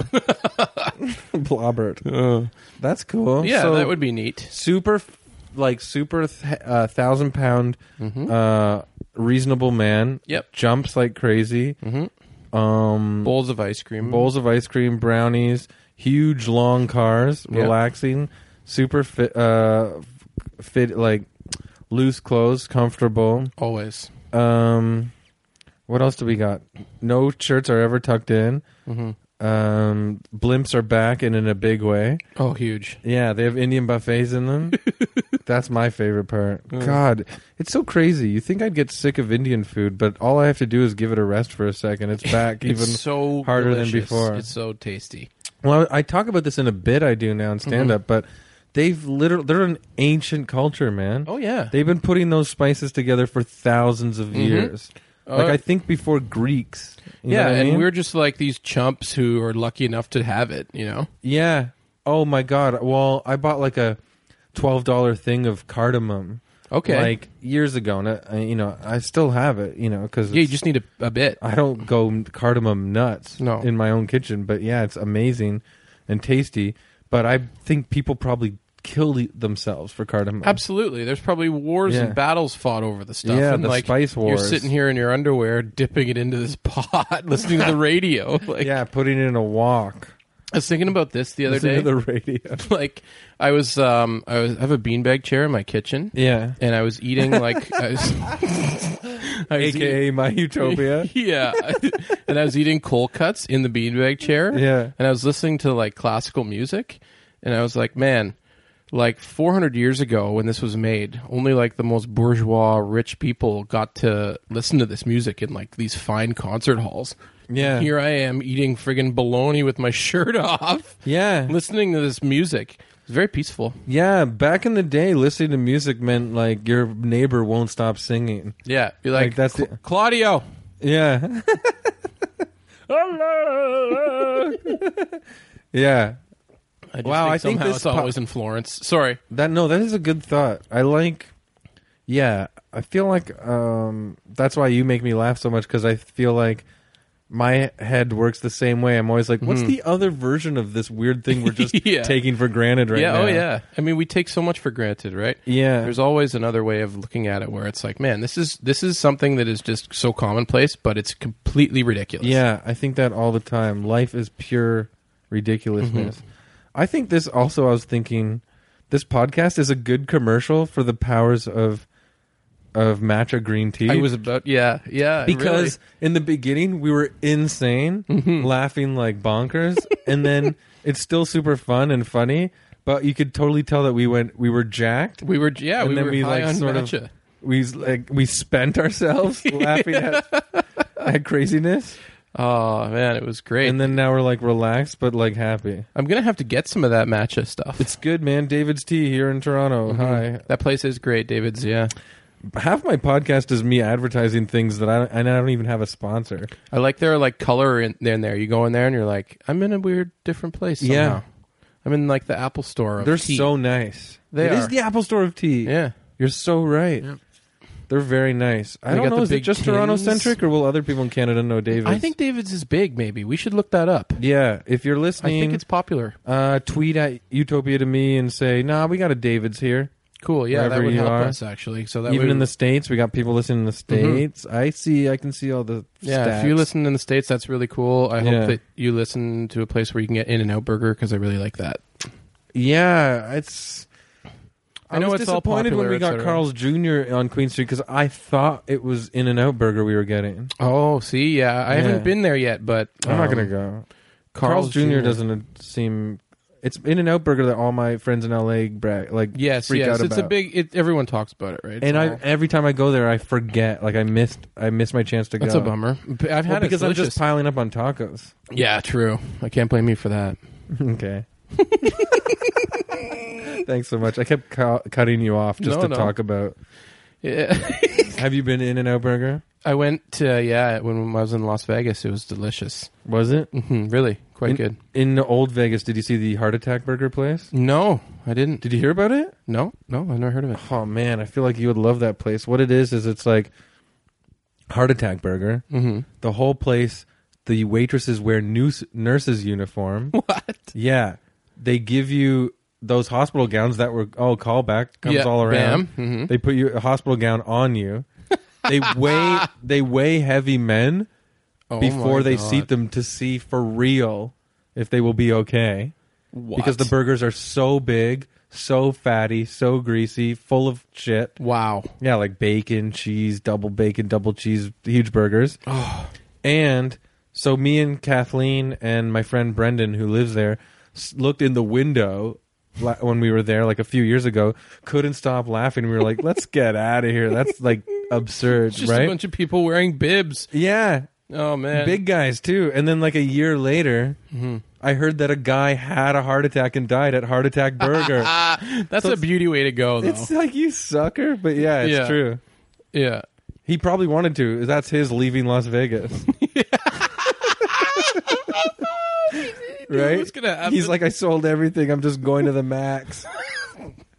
Speaker 3: Blobbert. That's cool.
Speaker 2: Yeah,
Speaker 3: So-
Speaker 2: that would be neat.
Speaker 3: super f- like super th- uh, thousand pound,
Speaker 2: Mm-hmm.
Speaker 3: uh reasonable man
Speaker 2: Hmm. Yep.
Speaker 3: jumps like crazy um
Speaker 2: Mm-hmm. Bowls of ice cream.
Speaker 3: bowls of ice cream brownies huge long cars
Speaker 2: Yeah.
Speaker 3: relaxing super fit uh f- fit like loose clothes comfortable
Speaker 2: Always.
Speaker 3: um what else do we got no shirts are ever tucked in
Speaker 2: Mhm.
Speaker 3: um blimps are back and in a big way
Speaker 2: Oh, huge.
Speaker 3: Yeah, they have Indian buffets in them. That's my favorite part. God, it's so crazy. You think I'd get sick of Indian food, but all I have to do is give it a rest for a second. It's back even.
Speaker 2: it's so
Speaker 3: harder than
Speaker 2: delicious.
Speaker 3: before.
Speaker 2: It's so tasty. Mm-hmm.
Speaker 3: well, I I talk about this in a bit I do now in stand up, but They've literally they're an ancient culture, man.
Speaker 2: Oh yeah.
Speaker 3: They've been putting those spices together for thousands of years. Like
Speaker 2: Mm-hmm. Uh,
Speaker 3: I think before Greeks. You know
Speaker 2: yeah,
Speaker 3: what I
Speaker 2: and
Speaker 3: mean?
Speaker 2: we're just like these chumps who are lucky enough to have it, you know.
Speaker 3: Yeah. Oh my god. Well, I bought like a twelve dollar thing of cardamom.
Speaker 2: Okay.
Speaker 3: Like years ago, and I, I- you know I still have it. You know because
Speaker 2: yeah, you just need a, a bit.
Speaker 3: I don't go cardamom nuts
Speaker 2: No.
Speaker 3: in my own kitchen, but yeah, it's amazing and tasty. But I think people probably kill the- themselves for cardamom.
Speaker 2: Absolutely. There's probably wars
Speaker 3: Yeah.
Speaker 2: and battles fought over the stuff.
Speaker 3: Yeah,
Speaker 2: and
Speaker 3: the
Speaker 2: like,
Speaker 3: spice
Speaker 2: You're
Speaker 3: wars.
Speaker 2: sitting here in your underwear, dipping it into this pot, listening to the radio. Like,
Speaker 3: Yeah, putting it in a wok.
Speaker 2: I was thinking about this the other
Speaker 3: Listen
Speaker 2: day.
Speaker 3: to the radio.
Speaker 2: like, I was, um, I was, I have a beanbag chair in my kitchen,
Speaker 3: Yeah.
Speaker 2: and I was eating like, I was, I was eating-
Speaker 3: AKA my utopia.
Speaker 2: yeah, and I was eating cold cuts in the beanbag chair.
Speaker 3: Yeah.
Speaker 2: and I was listening to like classical music, and I was like, man, like 400 years ago when this was made, only like the most bourgeois rich people got to listen to this music in like these fine concert halls.
Speaker 3: Yeah.
Speaker 2: Here I am eating friggin' bologna with my shirt off,
Speaker 3: Yeah.
Speaker 2: listening to this music. It's very peaceful.
Speaker 3: Yeah. Back in the day, listening to music meant like your neighbor won't stop singing.
Speaker 2: Yeah, you're like,
Speaker 3: Like, that's
Speaker 2: "Cla-
Speaker 3: the-
Speaker 2: Claudio.
Speaker 3: Yeah. yeah.
Speaker 2: I just
Speaker 3: Wow,
Speaker 2: think
Speaker 3: I think
Speaker 2: somehow
Speaker 3: this
Speaker 2: it's
Speaker 3: po-
Speaker 2: always in Florence. Sorry.
Speaker 3: That no, that is a good thought. I like yeah, I feel like um that's why you make me laugh so much cuz I feel like my head works the same way. I'm always like, what's the other version of this weird thing we're just
Speaker 2: Mm-hmm. Yeah.
Speaker 3: taking for granted right
Speaker 2: yeah,
Speaker 3: now?
Speaker 2: oh yeah. I mean, we take so much for granted, right?
Speaker 3: Yeah.
Speaker 2: There's always another way of looking at it where it's like, man, this is this is something that is just so commonplace, but it's completely ridiculous.
Speaker 3: yeah, I think that all the time. Life is pure ridiculousness.
Speaker 2: Mm-hmm.
Speaker 3: I think this also I was thinking this podcast is a good commercial for the powers of of matcha green tea.
Speaker 2: I was about yeah, yeah.
Speaker 3: because in the beginning we were insane,
Speaker 2: Mm-hmm.
Speaker 3: laughing like bonkers, and then it's still super fun and funny. But you could totally tell that we went, we were jacked.
Speaker 2: really. we were yeah,
Speaker 3: and
Speaker 2: we
Speaker 3: then
Speaker 2: were
Speaker 3: we,
Speaker 2: high
Speaker 3: like,
Speaker 2: on
Speaker 3: sort of-
Speaker 2: matcha.
Speaker 3: We s- like we spent ourselves laughing at, at craziness,
Speaker 2: Oh man, it was great.
Speaker 3: and then now we're like relaxed but like happy.
Speaker 2: I'm gonna have to get some of that matcha stuff. Uh-huh.
Speaker 3: It's Mm-hmm. good, man. David's Tea here in Toronto. Hi.
Speaker 2: that place is great, David's. Yeah,
Speaker 3: Half my podcast is me advertising things that I don't, and I don't even have a sponsor.
Speaker 2: I like their like color in, in there. You go in there and you're like, I'm in a weird different place. Somehow.
Speaker 3: Yeah.
Speaker 2: I'm in like the Apple Store. Of
Speaker 3: They're
Speaker 2: tea.
Speaker 3: so nice.
Speaker 2: They
Speaker 3: It is
Speaker 2: are.
Speaker 3: the Apple Store of tea.
Speaker 2: yeah.
Speaker 3: You're so right.
Speaker 2: Yep.
Speaker 3: They're very nice. I
Speaker 2: They
Speaker 3: don't
Speaker 2: got
Speaker 3: know.
Speaker 2: the
Speaker 3: Is it
Speaker 2: big
Speaker 3: just
Speaker 2: tins.
Speaker 3: Toronto centric, or will other people in Canada know Davis?
Speaker 2: I think David's is big. Maybe we should look that up.
Speaker 3: Yeah. If you're
Speaker 2: I
Speaker 3: listening,
Speaker 2: think it's popular.
Speaker 3: uh, tweet at Utopia to me and say, "Nah, we got a David's here."
Speaker 2: Cool. Yeah, that
Speaker 3: Wherever
Speaker 2: would
Speaker 3: you
Speaker 2: help
Speaker 3: are.
Speaker 2: us actually. So that
Speaker 3: Even
Speaker 2: we, Mm-hmm.
Speaker 3: in the states, we got people listening in the states. I see. I can see all the
Speaker 2: yeah,
Speaker 3: stats.
Speaker 2: if you listen in the states, that's really cool. I hope
Speaker 3: Yeah.
Speaker 2: that you listen to a place where you can get In and Out Burger because I really like that.
Speaker 3: Yeah, it's.
Speaker 2: I
Speaker 3: I,
Speaker 2: know
Speaker 3: was
Speaker 2: it's all
Speaker 3: disappointed when
Speaker 2: popular,
Speaker 3: we
Speaker 2: et
Speaker 3: got
Speaker 2: cetera.
Speaker 3: Carl's Jr. on Queen Street because I thought it was In and Out Burger we were getting.
Speaker 2: Oh, see, yeah, I haven't
Speaker 3: Yeah.
Speaker 2: been there yet, but
Speaker 3: I'm not
Speaker 2: um,
Speaker 3: gonna go.
Speaker 2: Carl's,
Speaker 3: Carl's, Jr. doesn't seem. It's In and Out Burger that all my friends in LA bra- like.
Speaker 2: Yes,
Speaker 3: freak
Speaker 2: yes,
Speaker 3: out
Speaker 2: it's a
Speaker 3: about.
Speaker 2: big. It, everyone talks about it, right? It's
Speaker 3: and I
Speaker 2: all-
Speaker 3: every time I go there, I forget. Like I missed, I missed my chance to go.
Speaker 2: that's a bummer. B- I've
Speaker 3: Well,
Speaker 2: had it
Speaker 3: because I'm just piling up on tacos.
Speaker 2: yeah, true. I can't blame you for that.
Speaker 3: okay. Thanks so much. I kept cu- cutting you off just
Speaker 2: No,
Speaker 3: to
Speaker 2: no.
Speaker 3: talk about.
Speaker 2: Yeah.
Speaker 3: Have you been in and out burger?
Speaker 2: I went to yeah when I was in Las Vegas. It was delicious.
Speaker 3: Was it
Speaker 2: hmm really quite
Speaker 3: In-
Speaker 2: good.
Speaker 3: in Old Vegas? Did you see the heart attack burger place?
Speaker 2: No, I didn't.
Speaker 3: Did you hear about it?
Speaker 2: No, no, I've never heard of it.
Speaker 3: Oh man, I feel like you would love that place. What it is is it's like heart attack burger.
Speaker 2: Mm-hmm.
Speaker 3: The whole place, the waitresses wear noose, nurses uniform.
Speaker 2: What?
Speaker 3: Yeah, they give you those hospital gowns that were oh callback comes
Speaker 2: Yeah,
Speaker 3: all around.
Speaker 2: bam. Mhm.
Speaker 3: They put you a hospital gown on you. they weigh they weigh heavy men
Speaker 2: Oh my
Speaker 3: before they
Speaker 2: God.
Speaker 3: seat them to see for real if they will be okay
Speaker 2: What?
Speaker 3: because the burgers are so big, so fatty, so greasy, full of shit.
Speaker 2: wow.
Speaker 3: Yeah, like bacon, cheese, double bacon, double cheese, huge burgers. And so me and Kathleen and my friend Brendan, who lives there, s- looked in the window la- when we were there like a few years ago. Couldn't stop laughing. We were like, "Let's get out of here. That's like absurd,
Speaker 2: Just
Speaker 3: right?"
Speaker 2: a bunch of people wearing bibs.
Speaker 3: yeah,
Speaker 2: Oh man, Mm-hmm.
Speaker 3: big guys too. And then like a year later, I heard that a guy had a heart attack and died at Heart Attack Burger.
Speaker 2: That's a beauty way to go, though.
Speaker 3: it's like you sucker, but yeah, it's
Speaker 2: Yeah.
Speaker 3: true.
Speaker 2: yeah.
Speaker 3: He probably wanted to. That's his leaving Las Vegas. right?
Speaker 2: what's gonna happen?
Speaker 3: He's like, I sold everything. I'm just going to the max.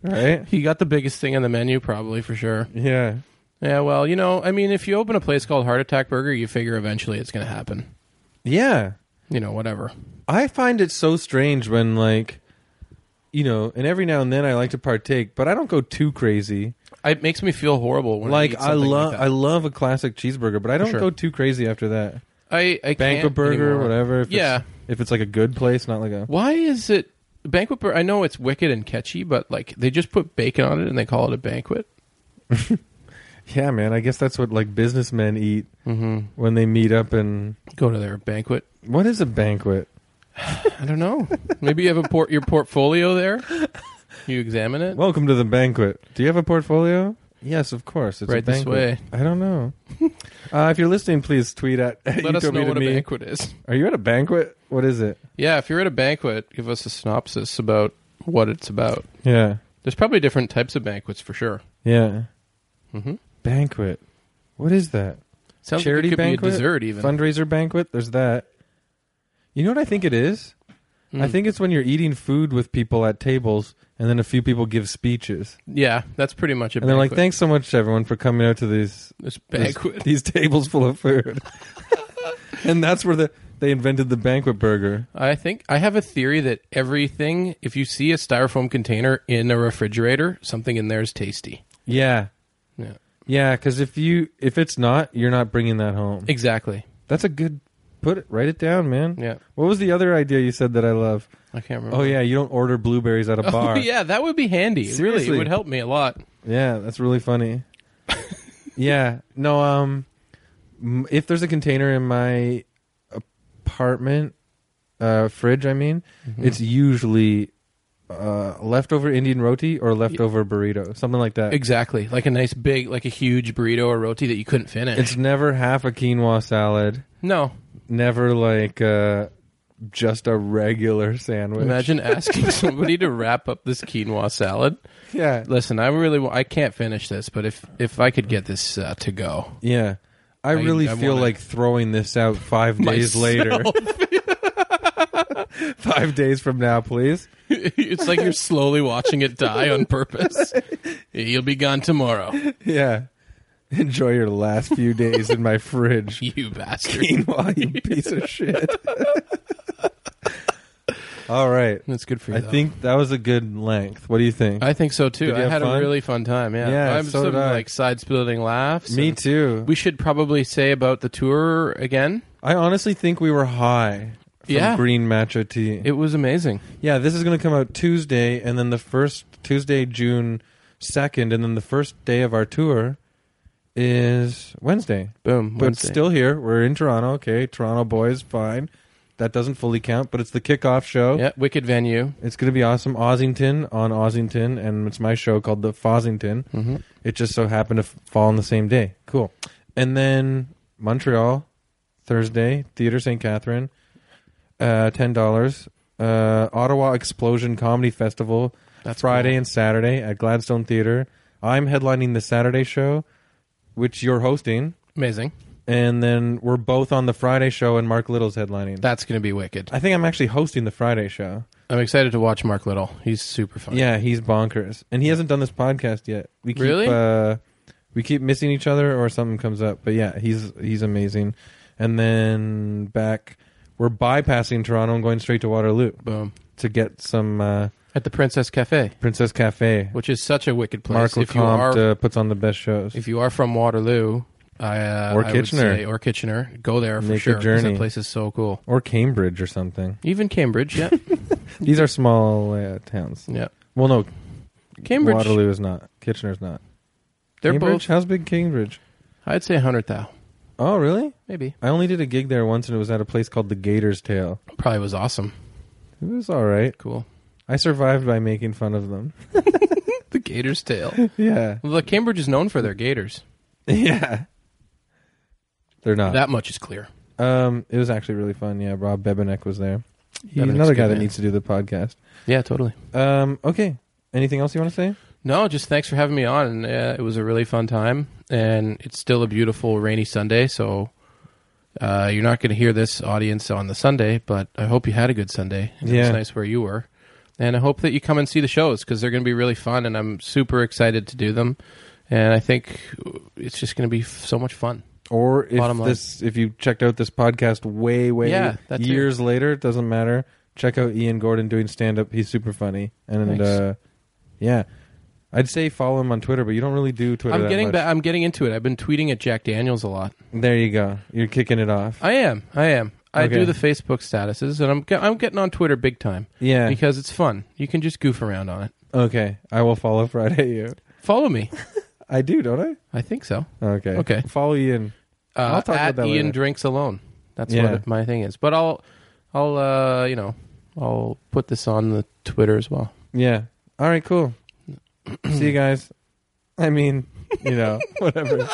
Speaker 3: right?
Speaker 2: He got the biggest thing on the menu, probably for sure.
Speaker 3: Yeah.
Speaker 2: Yeah, well, you know, I mean, if you open a place called Heart Attack Burger, you figure eventually it's going to happen.
Speaker 3: Yeah.
Speaker 2: You know, whatever.
Speaker 3: I find it so strange when, like, you know, and every now and then I like to partake, but I don't go too crazy.
Speaker 2: It makes me feel horrible when
Speaker 3: like,
Speaker 2: I,
Speaker 3: I love, I love a classic cheeseburger, but I don't
Speaker 2: sure.
Speaker 3: go too crazy after that.
Speaker 2: I, I
Speaker 3: Banquet
Speaker 2: can't
Speaker 3: burger,
Speaker 2: anymore.
Speaker 3: whatever. If it's-
Speaker 2: Yeah.
Speaker 3: if it's like a good place, not like a
Speaker 2: Why is it banquet? Bur- I know it's wicked and catchy, but like they just put bacon on it and they call it a banquet.
Speaker 3: Yeah, man. I guess that's what like businessmen eat
Speaker 2: Mm-hmm.
Speaker 3: when they meet up and
Speaker 2: Go to their banquet.
Speaker 3: what is a banquet?
Speaker 2: I don't know. Maybe you have a port your portfolio there. You examine it
Speaker 3: Welcome to the banquet. Do you have a portfolio? Yes, of course. It's a
Speaker 2: right this
Speaker 3: banquet.
Speaker 2: way.
Speaker 3: I don't know. uh, if you're listening, please tweet at. at
Speaker 2: Let us
Speaker 3: Utopia
Speaker 2: know
Speaker 3: to
Speaker 2: what a
Speaker 3: me.
Speaker 2: banquet is.
Speaker 3: Are you at a banquet? What is it?
Speaker 2: Yeah, if you're at a banquet, give us a synopsis about what it's about.
Speaker 3: Yeah,
Speaker 2: There's probably different types of banquets for sure.
Speaker 3: yeah.
Speaker 2: Mm-hmm.
Speaker 3: Banquet. What is that?
Speaker 2: Sounds
Speaker 3: Charity
Speaker 2: like it could be
Speaker 3: banquet?
Speaker 2: a dessert even.
Speaker 3: Fundraiser banquet. There's that. You know what I think it is? I
Speaker 2: Mm.
Speaker 3: think it's when you're eating food with people at tables, and then a few people give speeches,
Speaker 2: yeah, that's pretty much it.
Speaker 3: and they're like, "Thanks so much, everyone, for coming out to these
Speaker 2: This
Speaker 3: There's
Speaker 2: banquet.
Speaker 3: these tables full of food. and that's where the they invented the banquet burger.
Speaker 2: I think I have a theory that everything, if you see a styrofoam container in a refrigerator, something in there is tasty.
Speaker 3: Yeah.
Speaker 2: Yeah.
Speaker 3: Yeah, cuz if you if it's not, you're not bringing that home.
Speaker 2: Exactly.
Speaker 3: That's a good put it write it down, man.
Speaker 2: Yeah.
Speaker 3: What was the other idea you said that I love?
Speaker 2: I can't remember.
Speaker 3: Oh yeah, you don't order blueberries at a bar.
Speaker 2: Oh, yeah, that would be handy. Really,
Speaker 3: Seriously.
Speaker 2: it would help me a lot.
Speaker 3: Yeah, that's really funny. yeah. No, um m- if there's a container in my apartment uh fridge, I mean, Mm-hmm. it's usually uh leftover Indian roti or leftover burrito, something like that.
Speaker 2: Exactly. Like a nice big, like a huge burrito or roti that you couldn't finish.
Speaker 3: It's never half a quinoa salad,
Speaker 2: no.
Speaker 3: never like uh just a regular sandwich.
Speaker 2: Imagine asking somebody to wrap up this quinoa salad.
Speaker 3: Yeah.
Speaker 2: Listen, I really, wa- I can't finish this, but if if I could get this uh, to go,
Speaker 3: Yeah. I really
Speaker 2: I
Speaker 3: feel
Speaker 2: wanna-
Speaker 3: like throwing this out 5 days
Speaker 2: Myself.
Speaker 3: later. 5 days from now, please.
Speaker 2: it's like you're slowly watching it die on purpose. You'll be gone tomorrow,
Speaker 3: Yeah. Enjoy your last few days in my fridge.
Speaker 2: you bastard.
Speaker 3: Quinoa, you piece of shit. All right.
Speaker 2: That's good for you.
Speaker 3: I
Speaker 2: though.
Speaker 3: think that was a good length. What do you think?
Speaker 2: I think so too.
Speaker 3: Did you
Speaker 2: I
Speaker 3: have
Speaker 2: had
Speaker 3: fun?
Speaker 2: a really fun time. Yeah,
Speaker 3: Yeah,
Speaker 2: I'm
Speaker 3: so
Speaker 2: some
Speaker 3: did I.
Speaker 2: like side splitting laughs.
Speaker 3: Me
Speaker 2: and
Speaker 3: too.
Speaker 2: We should probably say about the tour again.
Speaker 3: I honestly think we were high from
Speaker 2: Yeah.
Speaker 3: green matcha tea.
Speaker 2: It was amazing.
Speaker 3: yeah, this is going to come out Tuesday, and then the first Tuesday, June 2nd, and then the first day of our tour is Wednesday.
Speaker 2: Boom.
Speaker 3: but
Speaker 2: Wednesday.
Speaker 3: still here. We're in Toronto. Okay, Toronto boys, fine. That doesn't fully count, but it's the kickoff show.
Speaker 2: yeah, wicked venue.
Speaker 3: It's going to be awesome. Ossington on Ossington, and it's my show called The Fossington.
Speaker 2: hmm
Speaker 3: It just so happened to f- fall on the same day. Cool. And then Montreal, Thursday, Theater St. Catherine, uh, $10. Uh, Ottawa Explosion Comedy Festival,
Speaker 2: That's
Speaker 3: Friday
Speaker 2: cool.
Speaker 3: and Saturday at Gladstone Theater. I'm headlining the Saturday show, which you're hosting.
Speaker 2: Amazing.
Speaker 3: And then we're both on the Friday show, and Mark Little's headlining.
Speaker 2: That's going to be wicked.
Speaker 3: I think I'm actually hosting the Friday show.
Speaker 2: I'm excited to watch Mark Little. He's super fun.
Speaker 3: Yeah, he's bonkers, and he hasn't done this podcast yet. We keep,
Speaker 2: Really?
Speaker 3: Uh, we keep missing each other, or something comes up. But yeah, he's he's amazing. And then back, we're bypassing Toronto and going straight to Waterloo
Speaker 2: Boom.
Speaker 3: to get some uh,
Speaker 2: At the Princess Cafe,
Speaker 3: Princess Cafe.
Speaker 2: which is such a wicked place.
Speaker 3: Mark
Speaker 2: if you are
Speaker 3: LeCompte uh, puts on the best shows.
Speaker 2: if you are from Waterloo, I, uh,
Speaker 3: Or
Speaker 2: I would
Speaker 3: Kitchener.
Speaker 2: say- or Kitchener, go there for
Speaker 3: Make a
Speaker 2: sure. 'cause
Speaker 3: journey.
Speaker 2: That place is so cool.
Speaker 3: or Cambridge or something.
Speaker 2: Even Cambridge, yeah,
Speaker 3: These are small uh, towns.
Speaker 2: yeah.
Speaker 3: Well, no,
Speaker 2: Cambridge,
Speaker 3: Waterloo is not. Kitchener's not.
Speaker 2: they're
Speaker 3: Cambridge?
Speaker 2: both.
Speaker 3: How's big Cambridge?
Speaker 2: I'd say hundred thou,
Speaker 3: Oh, really?
Speaker 2: maybe.
Speaker 3: I only did a gig there once, and it was at a place called the Gator's Tail.
Speaker 2: Probably was awesome.
Speaker 3: It was all right.
Speaker 2: Cool.
Speaker 3: I survived by making fun of them.
Speaker 2: The Gator's tail.
Speaker 3: yeah,
Speaker 2: Well, the Cambridge is known for their gators.
Speaker 3: yeah. They're not. Uh,
Speaker 2: That much is clear.
Speaker 3: um, it was actually really fun. Yeah, Rob Bebenek was there. He's another guy that needs to do the podcast.
Speaker 2: Yeah, totally.
Speaker 3: Um, okay. Anything else you want to say?
Speaker 2: No, just thanks for having me on. And uh, it was a really fun time. And it's still a beautiful rainy Sunday. So uh, you're not going to hear this audience on the Sunday, but I hope you had a good Sunday. and It was
Speaker 3: Yeah.
Speaker 2: nice where you were. And I hope that you come and see the shows because they're going to be really fun. And I'm super excited to do them. And I think it's just going to be f- so much fun.
Speaker 3: Or if
Speaker 2: Bottom line.
Speaker 3: this, if you checked out this podcast way, way
Speaker 2: Yeah, that too.
Speaker 3: years later, it doesn't matter. Check out Ian Gordon doing stand up. He's super funny. And
Speaker 2: Thanks.
Speaker 3: uh, yeah, I'd say follow him on Twitter, but you don't really do Twitter.
Speaker 2: I'm
Speaker 3: that
Speaker 2: getting
Speaker 3: much.
Speaker 2: ba- I'm getting into it. I've been tweeting at Jack Daniels a lot.
Speaker 3: There you go. You're kicking it off.
Speaker 2: I am. I am. I
Speaker 3: Okay.
Speaker 2: do the Facebook statuses, and I'm ge- I'm getting on Twitter big time
Speaker 3: yeah.
Speaker 2: because it's fun. You can just goof around on it.
Speaker 3: okay. I will follow Friday you.
Speaker 2: Follow me.
Speaker 3: I do, don't
Speaker 2: I think so.
Speaker 3: I? Okay.
Speaker 2: Okay.
Speaker 3: Follow Ian.
Speaker 2: Uh,
Speaker 3: I'll talk about
Speaker 2: at
Speaker 3: that
Speaker 2: Ian
Speaker 3: later.
Speaker 2: drinks alone. That's
Speaker 3: Yeah.
Speaker 2: what my thing is. But I'll I'll uh, you know I'll put this on the Twitter as well.
Speaker 3: Yeah. All right, cool. See you guys. I mean, you know, whatever.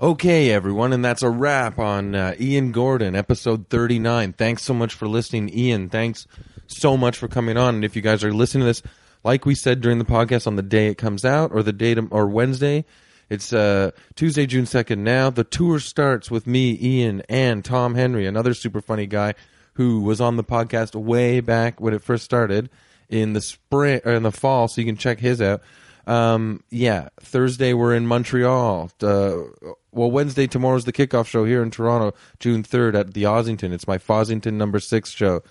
Speaker 1: Okay, everyone, and that's a wrap on uh, Ian Gordon, episode 39. Thanks so much for listening, Ian. Thanks so much for coming on. And if you guys are listening to this, like we said during the podcast on the day it comes out or the date or Wednesday, it's uh, Tuesday, June 2nd now. The tour starts with me, Ian, and Tom Henry, another super funny guy who was on the podcast way back when it first started in the spring or in the fall, so you can check his out. Um, yeah, Thursday we're in Montreal. Uh, well, Wednesday tomorrow's the kickoff show here in Toronto, June third at the Ossington. It's my Fossington number six show.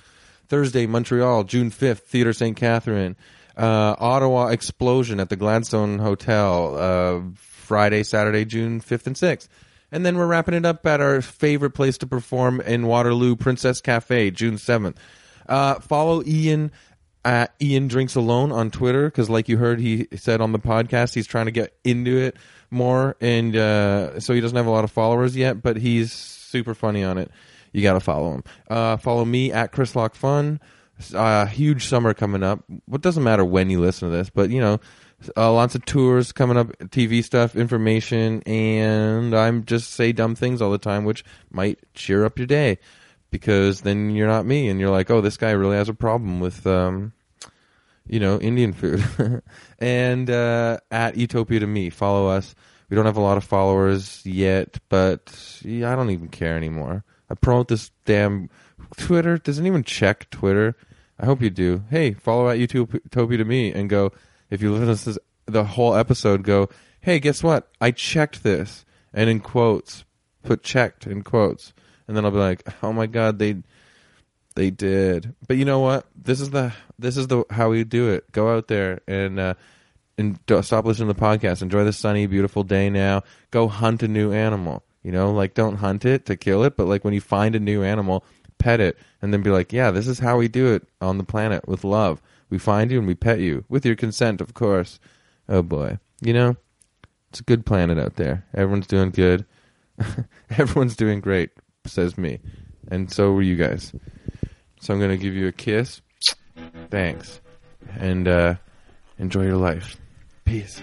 Speaker 1: Thursday, Montreal, June fifth, Theater Saint Catherine. Uh, Ottawa explosion at the Gladstone Hotel. Uh, Friday, Saturday, June fifth and sixth. And then we're wrapping it up at our favorite place to perform in Waterloo, Princess Cafe, June 7th. Uh, follow Ian at Ian Drinks Alone on Twitter because, like you heard, he said on the podcast, he's trying to get into it more. And uh, so he doesn't have a lot of followers yet, but he's super funny on it. You got to follow him. Uh, follow me at Chris Lock Fun. Uh, huge summer coming up. What doesn't matter when you listen to this, but you know, uh, lots of tours coming up, TV stuff, information, and I'm just say dumb things all the time, which might cheer up your day because then you're not me and you're like, oh, this guy really has a problem with, um, you know, Indian food. and uh, at Utopia to me, follow us. We don't have a lot of followers yet, but yeah, I don't even care anymore. I promote this damn Twitter. Doesn't even check Twitter. I hope you do. Hey, follow at Utopia to me and go. If you listen to this, the whole episode, go. Hey, guess what? I checked this, and in quotes, put checked in quotes, and then I'll be like, oh my god, they they did. But you know what? This is the this is the how we do it. Go out there and uh, and do stop listening to the podcast. Enjoy the sunny, beautiful day now. Go hunt a new animal. You know, like don't hunt it to kill it, but like when you find a new animal, pet it and then be like, yeah, this is how we do it on the planet with love. We find you and we pet you with your consent, of course. Oh boy, you know, it's a good planet out there. Everyone's doing good. Everyone's doing great, says me, and so are you guys. So I'm going to give you a kiss. Thanks. And uh, enjoy your life. Peace.